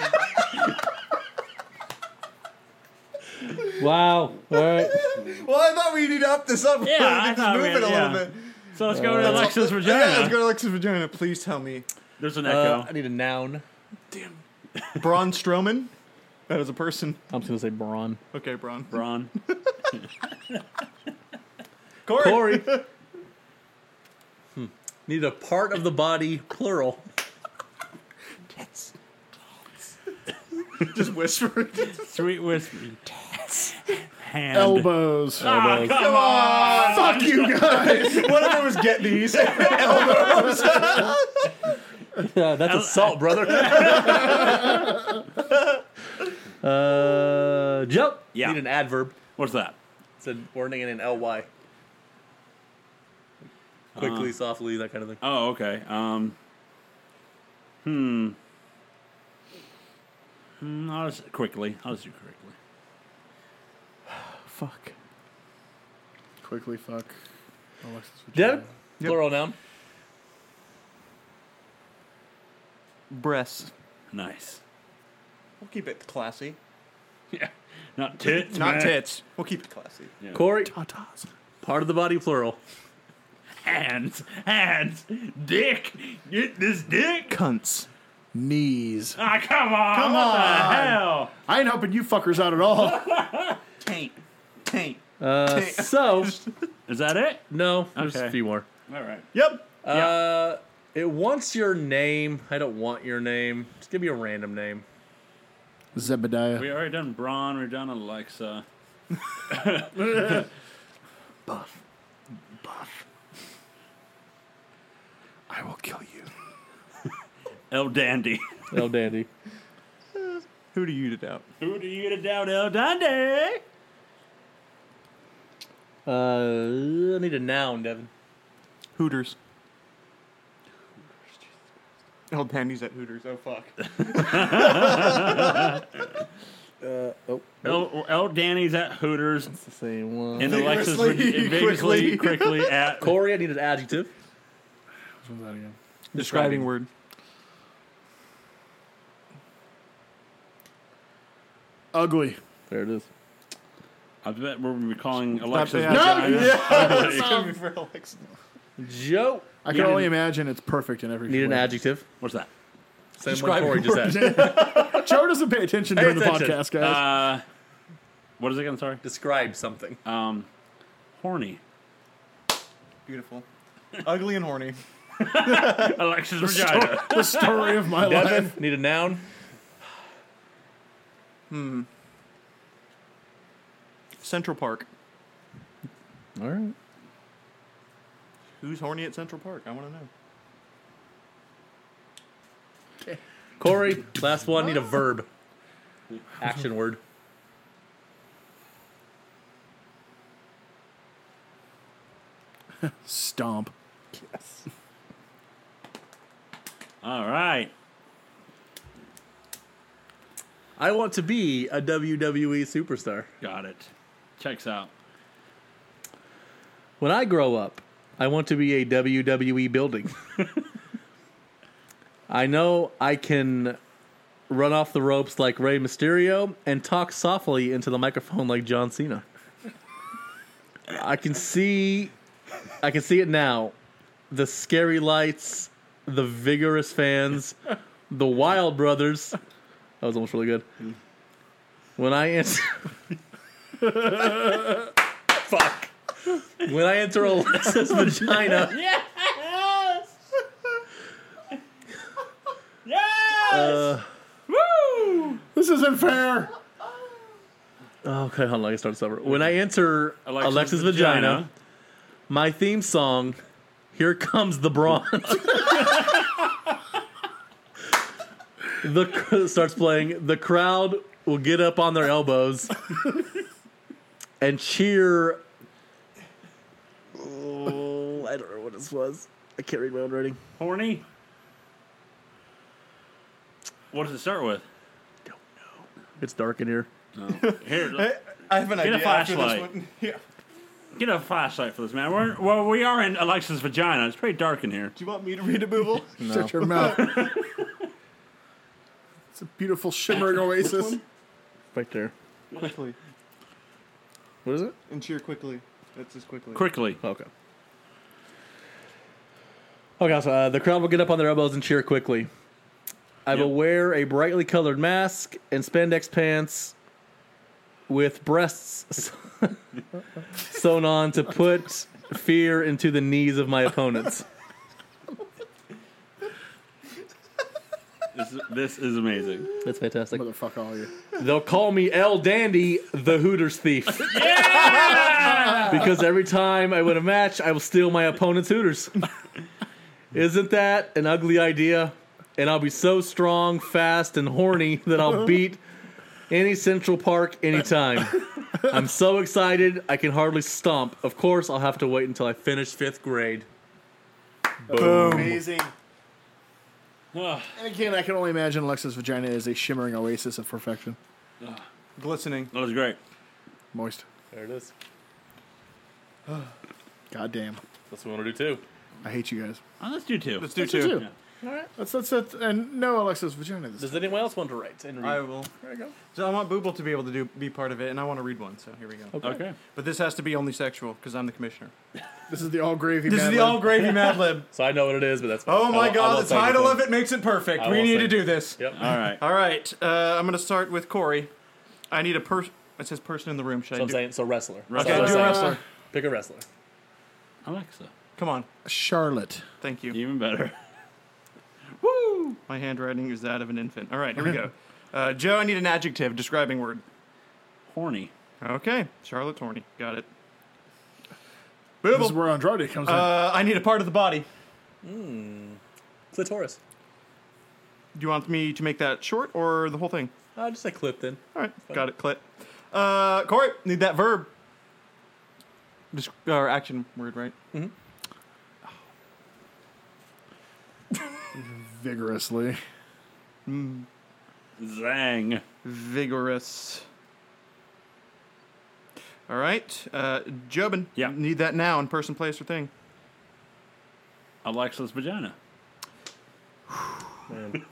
E: Wow. All right.
D: Well, I thought we'd up this up.
A: Yeah, I thought we had- yeah. So let's go to Alexa's
D: Yeah, let's go
A: vagina.
D: to Alexa's vagina. Please tell me,
A: There's an
B: Uh,
A: echo.
B: I need a noun.
D: Braun Strowman. That is a person.
B: I'm just gonna say Braun.
D: Okay, Braun.
A: Braun.
D: Corey.
B: Corey. hmm. Need a part of the body, plural.
D: Just whispered.
A: Sweet whisper. Hand.
C: Elbows.
A: Ah, come on.
C: Fuck you guys.
D: One of them was get these.
B: Yeah, that's assault, brother. uh, jump.
A: Yeah.
B: Need an adverb.
A: What's that?
B: It's a warning and an ly. Quickly, softly, that kind of thing.
A: Oh, okay. Um. Hmm. Hmm. I'll just quickly. I'll just do quickly.
D: Fuck.
C: Quickly fuck. Alexis
B: Deb, plural noun.
D: Breasts.
A: Nice.
D: We'll keep it classy.
A: Yeah. Not tits.
D: Not
A: man.
D: tits. We'll keep it classy.
B: Corey,
C: Tatas.
B: part of the body, plural.
A: Hands. Hands. Dick. Get this dick.
D: Cunts.
C: Knees.
A: Ah, come on. Come what
C: on.
A: the hell?
C: I ain't helping you fuckers out at all.
D: Taint. Taint.
B: Uh, so,
A: Is that it?
B: no, there's
A: Okay.
B: a few more.
A: All right.
D: Yep.
B: Uh, it wants your name. I don't want your name. Just give me a random name.
C: Zebediah.
A: We already done Braun. We've done Alexa.
C: Buff. Buff. I will kill you.
A: El Dandy.
B: El Dandy.
D: Who do you to doubt?
A: Who do you get it down, El Dandy?
B: Uh, I need a noun, Devin.
D: Hooters. Oh, Danny's at Hooters. Oh, fuck.
A: El, El Danny's at Hooters
B: It's the same one.
A: and Alexa's
D: Vigorously,
A: vigorously, quickly,
D: quickly.
A: at.
B: Corey, I need an adjective.
C: What's that again?
D: Describing word.
C: Ugly.
B: There it is.
A: I bet we're gonna be calling Alexa's
D: saying
C: No,
A: vagina.
B: Joe.
C: I
A: You
C: can
A: didn't-
C: only imagine it's perfect in every
B: Need an
C: way.
B: adjective.
A: What's that?
B: Same
D: Describe
B: one Corey just had.
C: Joe doesn't pay attention during the
B: attention.
C: podcast, guys.
A: Uh, what is it again? Sorry.
B: Describe something.
A: Um, horny.
D: Beautiful. Ugly and horny.
A: Alexa's vagina.
C: the story of my
B: Devin,
C: life.
B: need a noun.
D: Central Park.
B: All right.
D: Who's horny at Central Park? I want to know.
B: Corey, last one. Need a verb. Action word.
C: Stomp.
A: All right.
B: I want to be a WWE superstar.
A: Got it. Checks out.
B: When I grow up, I want to be a WWE building. I know I can run off the ropes like Rey Mysterio and talk softly into the microphone like John Cena. I can see I can see it now. The scary lights, the vigorous fans, the Wild Brothers. That was almost really good. When I answer Fuck. When I enter Alexa's vagina. Yes. yes.
C: This isn't fair.
B: okay, hold on. I can start this over. When I enter Alexa's, vagina, my theme song, "Here Comes the Bronze," the cr- starts playing. The crowd will get up on their elbows and cheer Oh,
C: what this was. I can't read my own writing.
A: Horny. What does it start with?
C: It's dark in here.
A: Here,
D: I have an
A: Get a
D: idea after this
A: flashlight.
D: one. Yeah.
A: get a flashlight for this man. We're well, we are in Alexa's vagina. It's pretty dark in here.
D: Do you want me to read a booble?
C: Shut your mouth. it's a beautiful shimmering oasis. Right there.
D: quickly.
C: What is it?
D: And cheer quickly. That's as quickly.
A: Quickly.
B: Okay. Okay, so uh, the crowd will get up on their elbows and cheer quickly. I will
A: Yep.
B: wear a brightly colored mask and spandex pants with breasts s- sewn on to put fear into the knees of my opponents.
A: This, this is amazing.
B: That's fantastic.
C: Motherfuck all you.
B: They'll call me L Dandy, the Hooters thief. because every time I win a match, I will steal my opponent's Hooters. Isn't that an ugly idea? And I'll be so strong, fast, and horny that I'll beat any Central Park anytime. I'm so excited, I can hardly stomp. Of course, I'll have to wait until I finish fifth grade.
C: Amazing.
A: Ugh.
C: And again, I can only imagine Alexa's vagina is a shimmering oasis of perfection.
D: Glistening.
A: That was great.
C: Moist.
B: There it is.
C: Goddamn.
B: That's what we want to do too.
C: I hate you guys.
A: Oh, let's do two.
D: Let's do
C: Me
D: two.
C: too. Let's let's let and no Alexa's vagina. This
B: Does anyone else want to write? And
D: I will.
C: there you go.
D: So I want Booble to be able to do be part of it, and I want to read one. So here we go.
A: Okay.
D: But this has to be only sexual because I'm the commissioner.
C: This is the all gravy.
D: This is the all gravy Mad Lib.
B: So I know what it is, but that's
D: Oh my god, the title of it makes it perfect.
B: I
D: we
B: will
D: need
B: say-
D: to do this.
B: Yep.
A: All right.
D: All right, uh, I'm gonna start with Corey. I need a person. It says person in the room. Should I
B: So I'm
D: do?
B: saying so wrestler.
A: Wrestler.
B: That's what
D: Okay,
B: I'm
D: do
B: saying.
D: wrestler.
B: Pick a wrestler.
A: Alexa.
D: Come on.
C: Charlotte.
D: Thank you.
A: Even better.
D: My handwriting is that of an infant. All right, here we go. Uh, Joe, I need an adjective, describing word.
A: Horny.
D: Okay, Charlotte Torney. Got it.
C: This is
D: Booble.
C: where Andrade comes in.
D: Uh, I need a part of the body.
B: Clitoris.
D: Do you want me to make that short or the whole thing?
B: I'll just say clip then.
D: All right, got it. Clit. Uh, Corey, need that verb. Just or action word, right?
C: Vigorously.
A: Zang.
D: Vigorous. All right, uh, Jobin.
A: Yeah.
D: Need that noun, person, place, or thing.
A: Alexa's vagina.
D: A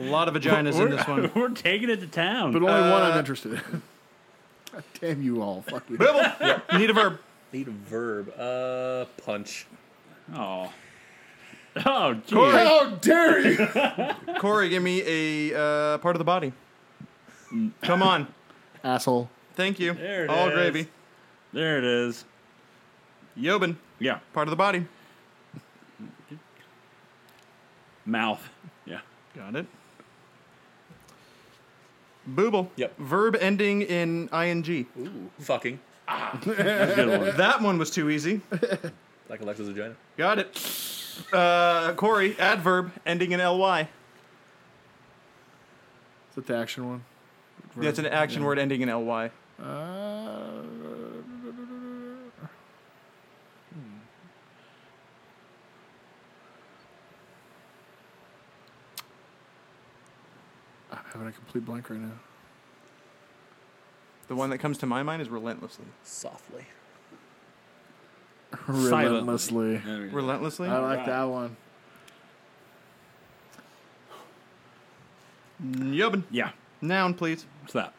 D: lot of vaginas in this one.
A: We're taking it to town.
C: But only one
D: uh,
C: I'm interested in. God damn you all. Fuck you.
D: Bibble. Need a verb.
B: Need a verb. Uh, punch.
A: oh. Oh, geez.
C: How dare you!
D: Corey, give me a uh, part of the body. Come on.
C: Asshole.
D: Thank you.
A: There it
D: All
A: is.
D: gravy.
A: There it is.
D: Jobin.
A: Yeah.
D: Part of the body.
A: Mouth. Yeah.
D: Got it. Booble.
B: Yep.
D: Verb ending in ing.
B: Fucking.
A: That's a good one.
D: That one was too easy.
B: Like Alexa's vagina.
D: Got it. Uh, Corey, adverb ending in ly.
C: Is that the action one?
D: That's an action word ending in ly.
C: Uh, I'm having a complete blank right now.
D: The one that comes to my mind is relentlessly.
B: Softly.
C: Relentlessly.
A: There we go.
D: Relentlessly.
C: I like that one.
D: Yubbin.
A: Yeah.
D: Noun, please.
A: What's that?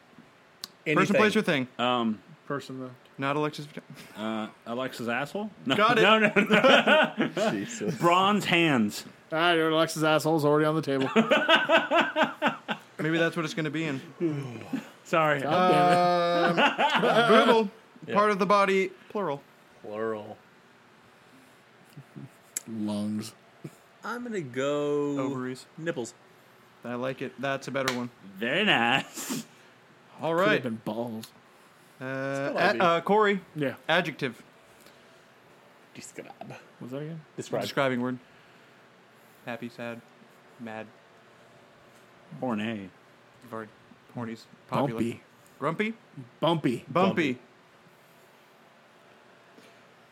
D: Person,
B: Anything.
D: place, or thing.
A: Um,
C: Person though.
D: Not Alexis. Vag-
A: uh, Alexa's asshole? No.
D: Got it.
A: No, no, no.
B: Jesus.
A: Bronze hands.
C: All right, Alexa's Ah, asshole's already on the table. God
D: Maybe that's what it's going to be in.
A: Sorry.
C: damn it.
D: Booble. Part of the body, plural.
B: Plural.
C: Lungs.
B: I'm gonna go.
D: Ovaries.
B: Nipples.
D: I like it. That's a better one.
A: Very nice.
D: All
C: Could have
D: right.
C: been balls.
D: Uh,
B: might
D: a-
B: be.
D: uh, Corey,
C: Yeah.
D: adjective.
B: Describe.
C: Was that again?
B: Describe.
D: Describing word. Happy, sad, mad,
A: Horny.
D: you've already- horny's popular.
C: Bumpy.
D: Grumpy?
C: Bumpy.
D: Bumpy.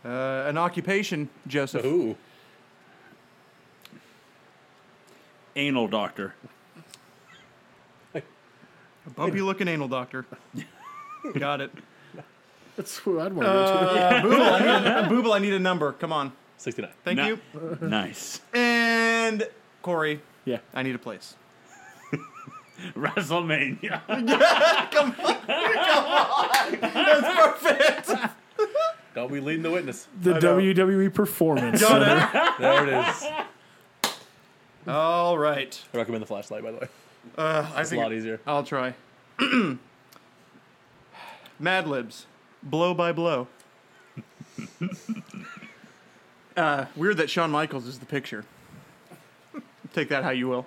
D: Uh, an occupation, Joseph.
B: Ooh.
A: Anal doctor.
D: A bumpy looking anal doctor. Got it.
C: That's what I'd want
D: Uh, Booble, I need, uh, Booble, I need a number. Come on.
B: 69.
D: Thank
A: Ni-
D: you.
A: Nice.
D: And Corey,
C: to. Yeah.
D: I need a place.
A: WrestleMania.
D: Perfect.
B: Don't be leading the witness.
C: The WWE performance. Center.
B: There it is. I
D: All right.
B: recommend the flashlight, by the way.
D: Uh, I
B: It's a lot easier.
D: I'll try. Mad Libs, blow by blow. uh, weird that Shawn Michaels is the picture. Take that how you will.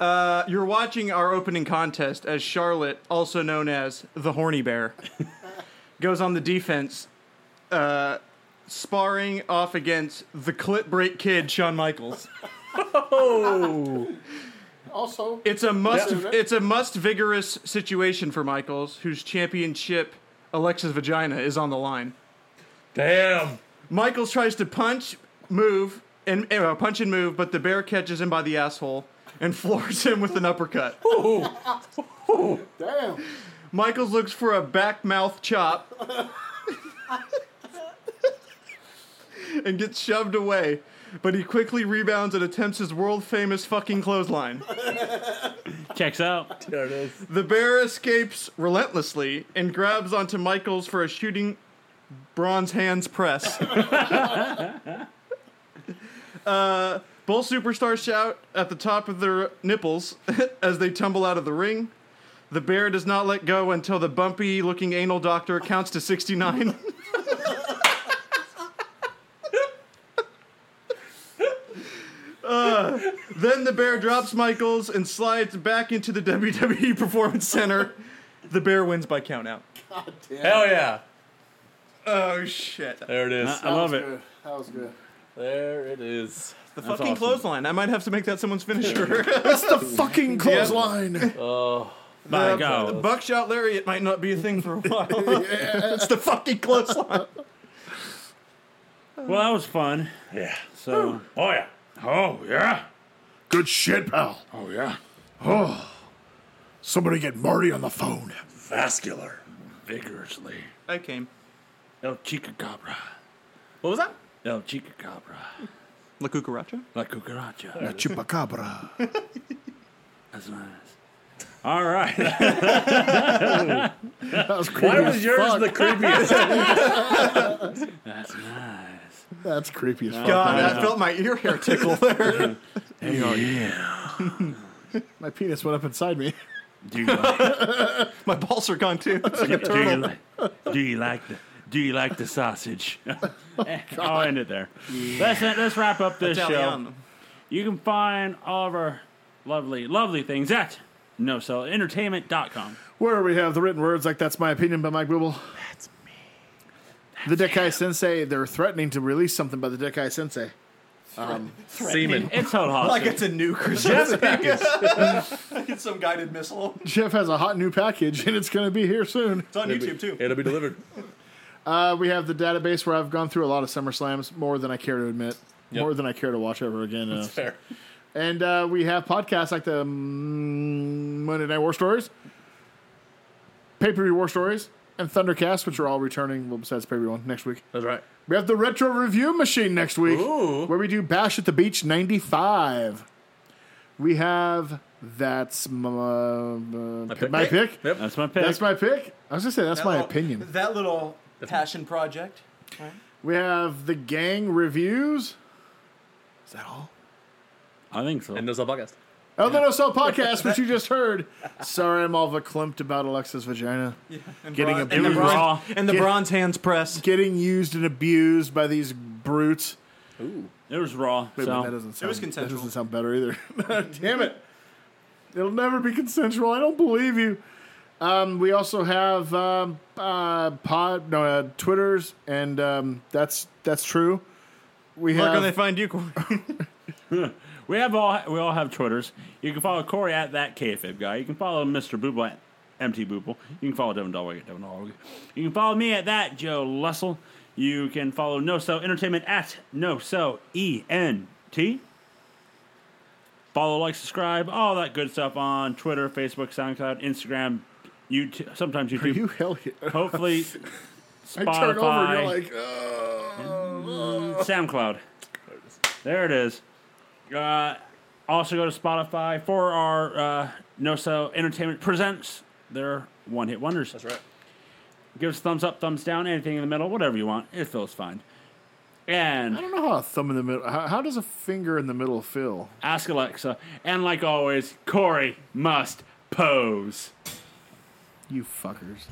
D: Uh, you're watching our opening contest as Charlotte, also known as the Horny Bear, goes on the defense, uh, sparring off against the clip break kid, Shawn Michaels.
C: Also,
D: It's a must.
C: Yeah.
D: It's a must vigorous situation for Michaels, whose championship Alexa's vagina is on the line.
B: Damn.
D: Michaels tries to punch, move, and uh, punch and move, but the bear catches him by the asshole and floors him with an uppercut.
C: damn.
D: Michaels looks for a back mouth chop and gets shoved away, but he quickly rebounds and attempts his world famous fucking clothesline.
A: Checks out.
B: There it is.
D: The bear escapes relentlessly and grabs onto Michaels for a shooting bronze hands press. uh, both superstars shout at the top of their nipples as they tumble out of the ring. The bear does not let go until the bumpy looking anal doctor counts to 69. Then the bear drops Michaels and slides back into the WWE Performance Center. The bear wins by countout.
B: Hell yeah.
D: Oh shit.
B: There it is.
A: I love
C: That was
A: it.
C: good. That was good.
B: There it is.
D: The
A: That's
D: fucking
A: awesome.
D: clothesline. I might have to make that someone's finisher.
C: That's the fucking clothesline.
B: Oh.
A: By
D: The
A: God.
D: buckshot lariat might not be a thing for a while. it's the fucking clothesline.
A: Well, that was fun.
B: Yeah.
A: So.
B: Oh, yeah.
A: Oh yeah.
C: Good shit, pal.
A: Oh yeah.
C: Somebody get Marty on the phone.
B: Vascular.
A: Vigorously.
D: I came.
A: El Chicacabra.
B: What was that?
A: El Chicacabra.
D: La cucaracha?
A: La cucaracha.
C: La chupacabra.
A: That's nice. All right.
C: That was creepy.
B: Why was
C: as
B: yours
C: fuck.
B: the creepiest?
A: That's nice.
C: That's creepy as fuck.
D: God, I felt my ear hair tickle there.
C: My penis went up inside me.
A: Do you like,
D: my balls are gone too. It's like a
A: do you
D: turtle.
A: like, do you like the do you like the sausage? Eh, I'll end it there. Let's let's wrap up this show.
D: Italiano.
A: You can find all of our lovely lovely things at nocellentertainment.com.
C: Where we have the written words like "That's my opinion" by Mike Booble. That's me. The Dekai Sensei. They're threatening to release something by the Dekai Sensei.
B: Semen.
A: It's held hostage.
D: Like it's a nuke or something. like it's some guided missile.
C: Jeff has a hot new package, and it's going to be here soon.
D: It's on YouTube too.
B: It'll be delivered.
C: Uh, we have the database where I've gone through a lot of SummerSlams, more than I care to admit, more than I care to watch ever again. Uh,
B: Fair.
C: and uh, we have podcasts like the mm, Monday Night War Stories, Pay Per View War Stories, and Thundercast, which are all returning. Well, besides Pay Per View One next week.
B: That's right.
C: We have the retro review machine next week,
B: Ooh.
C: where we do Bash at the Beach '95. We have that's my, uh, my pick.
B: Yep.
A: that's my pick.
C: That's my pick. I was gonna say that's my opinion.
D: That little passion project.
C: We have the gang reviews. Is that all?
A: I think so.
B: And no cell podcast.
C: Oh, the No Cell podcast, which you just heard. Sorry, I'm all verklempt about Alexa's vagina. Getting
D: bron-
A: It was
C: abused.
A: raw.
D: And the
C: Get-
D: bronze hands press.
C: Getting used and abused by these brutes.
A: It was raw.
C: Wait, but that
A: so
C: doesn't sound.
D: consensual.
C: That doesn't sound better either. Damn it! It'll never be consensual. I don't believe you. Um, we also have um, uh, pod no uh, Twitters, and um, that's that's true. We
D: Where
C: have
D: can they find you? Corey?
A: we have all we all have Twitters. You can follow Corey at that KFib guy. You can follow Mr. Booble at MT Booble. You can follow Devin Dalwig at Devin Dalwig. You can follow me at that Joe Lussell. You can follow No So Entertainment at No So E N T. Follow, like, subscribe, all that good stuff on Twitter, Facebook, SoundCloud, Instagram, YouTube, sometimes
C: Are
A: YouTube.
C: you hell yeah.
A: Hopefully,
C: I
A: Spotify,
C: turn over and you're like, oh.
A: SoundCloud. There it is. Uh, also go to Spotify for our uh, No So Entertainment presents their one hit wonders.
B: That's right.
A: Give us thumbs up, thumbs down, anything in the middle, whatever you want. It feels fine. And
C: I don't know how a thumb in the middle. How, how does a finger in the middle feel?
A: ask Alexa. And like always, Corey must pose.
C: You fuckers.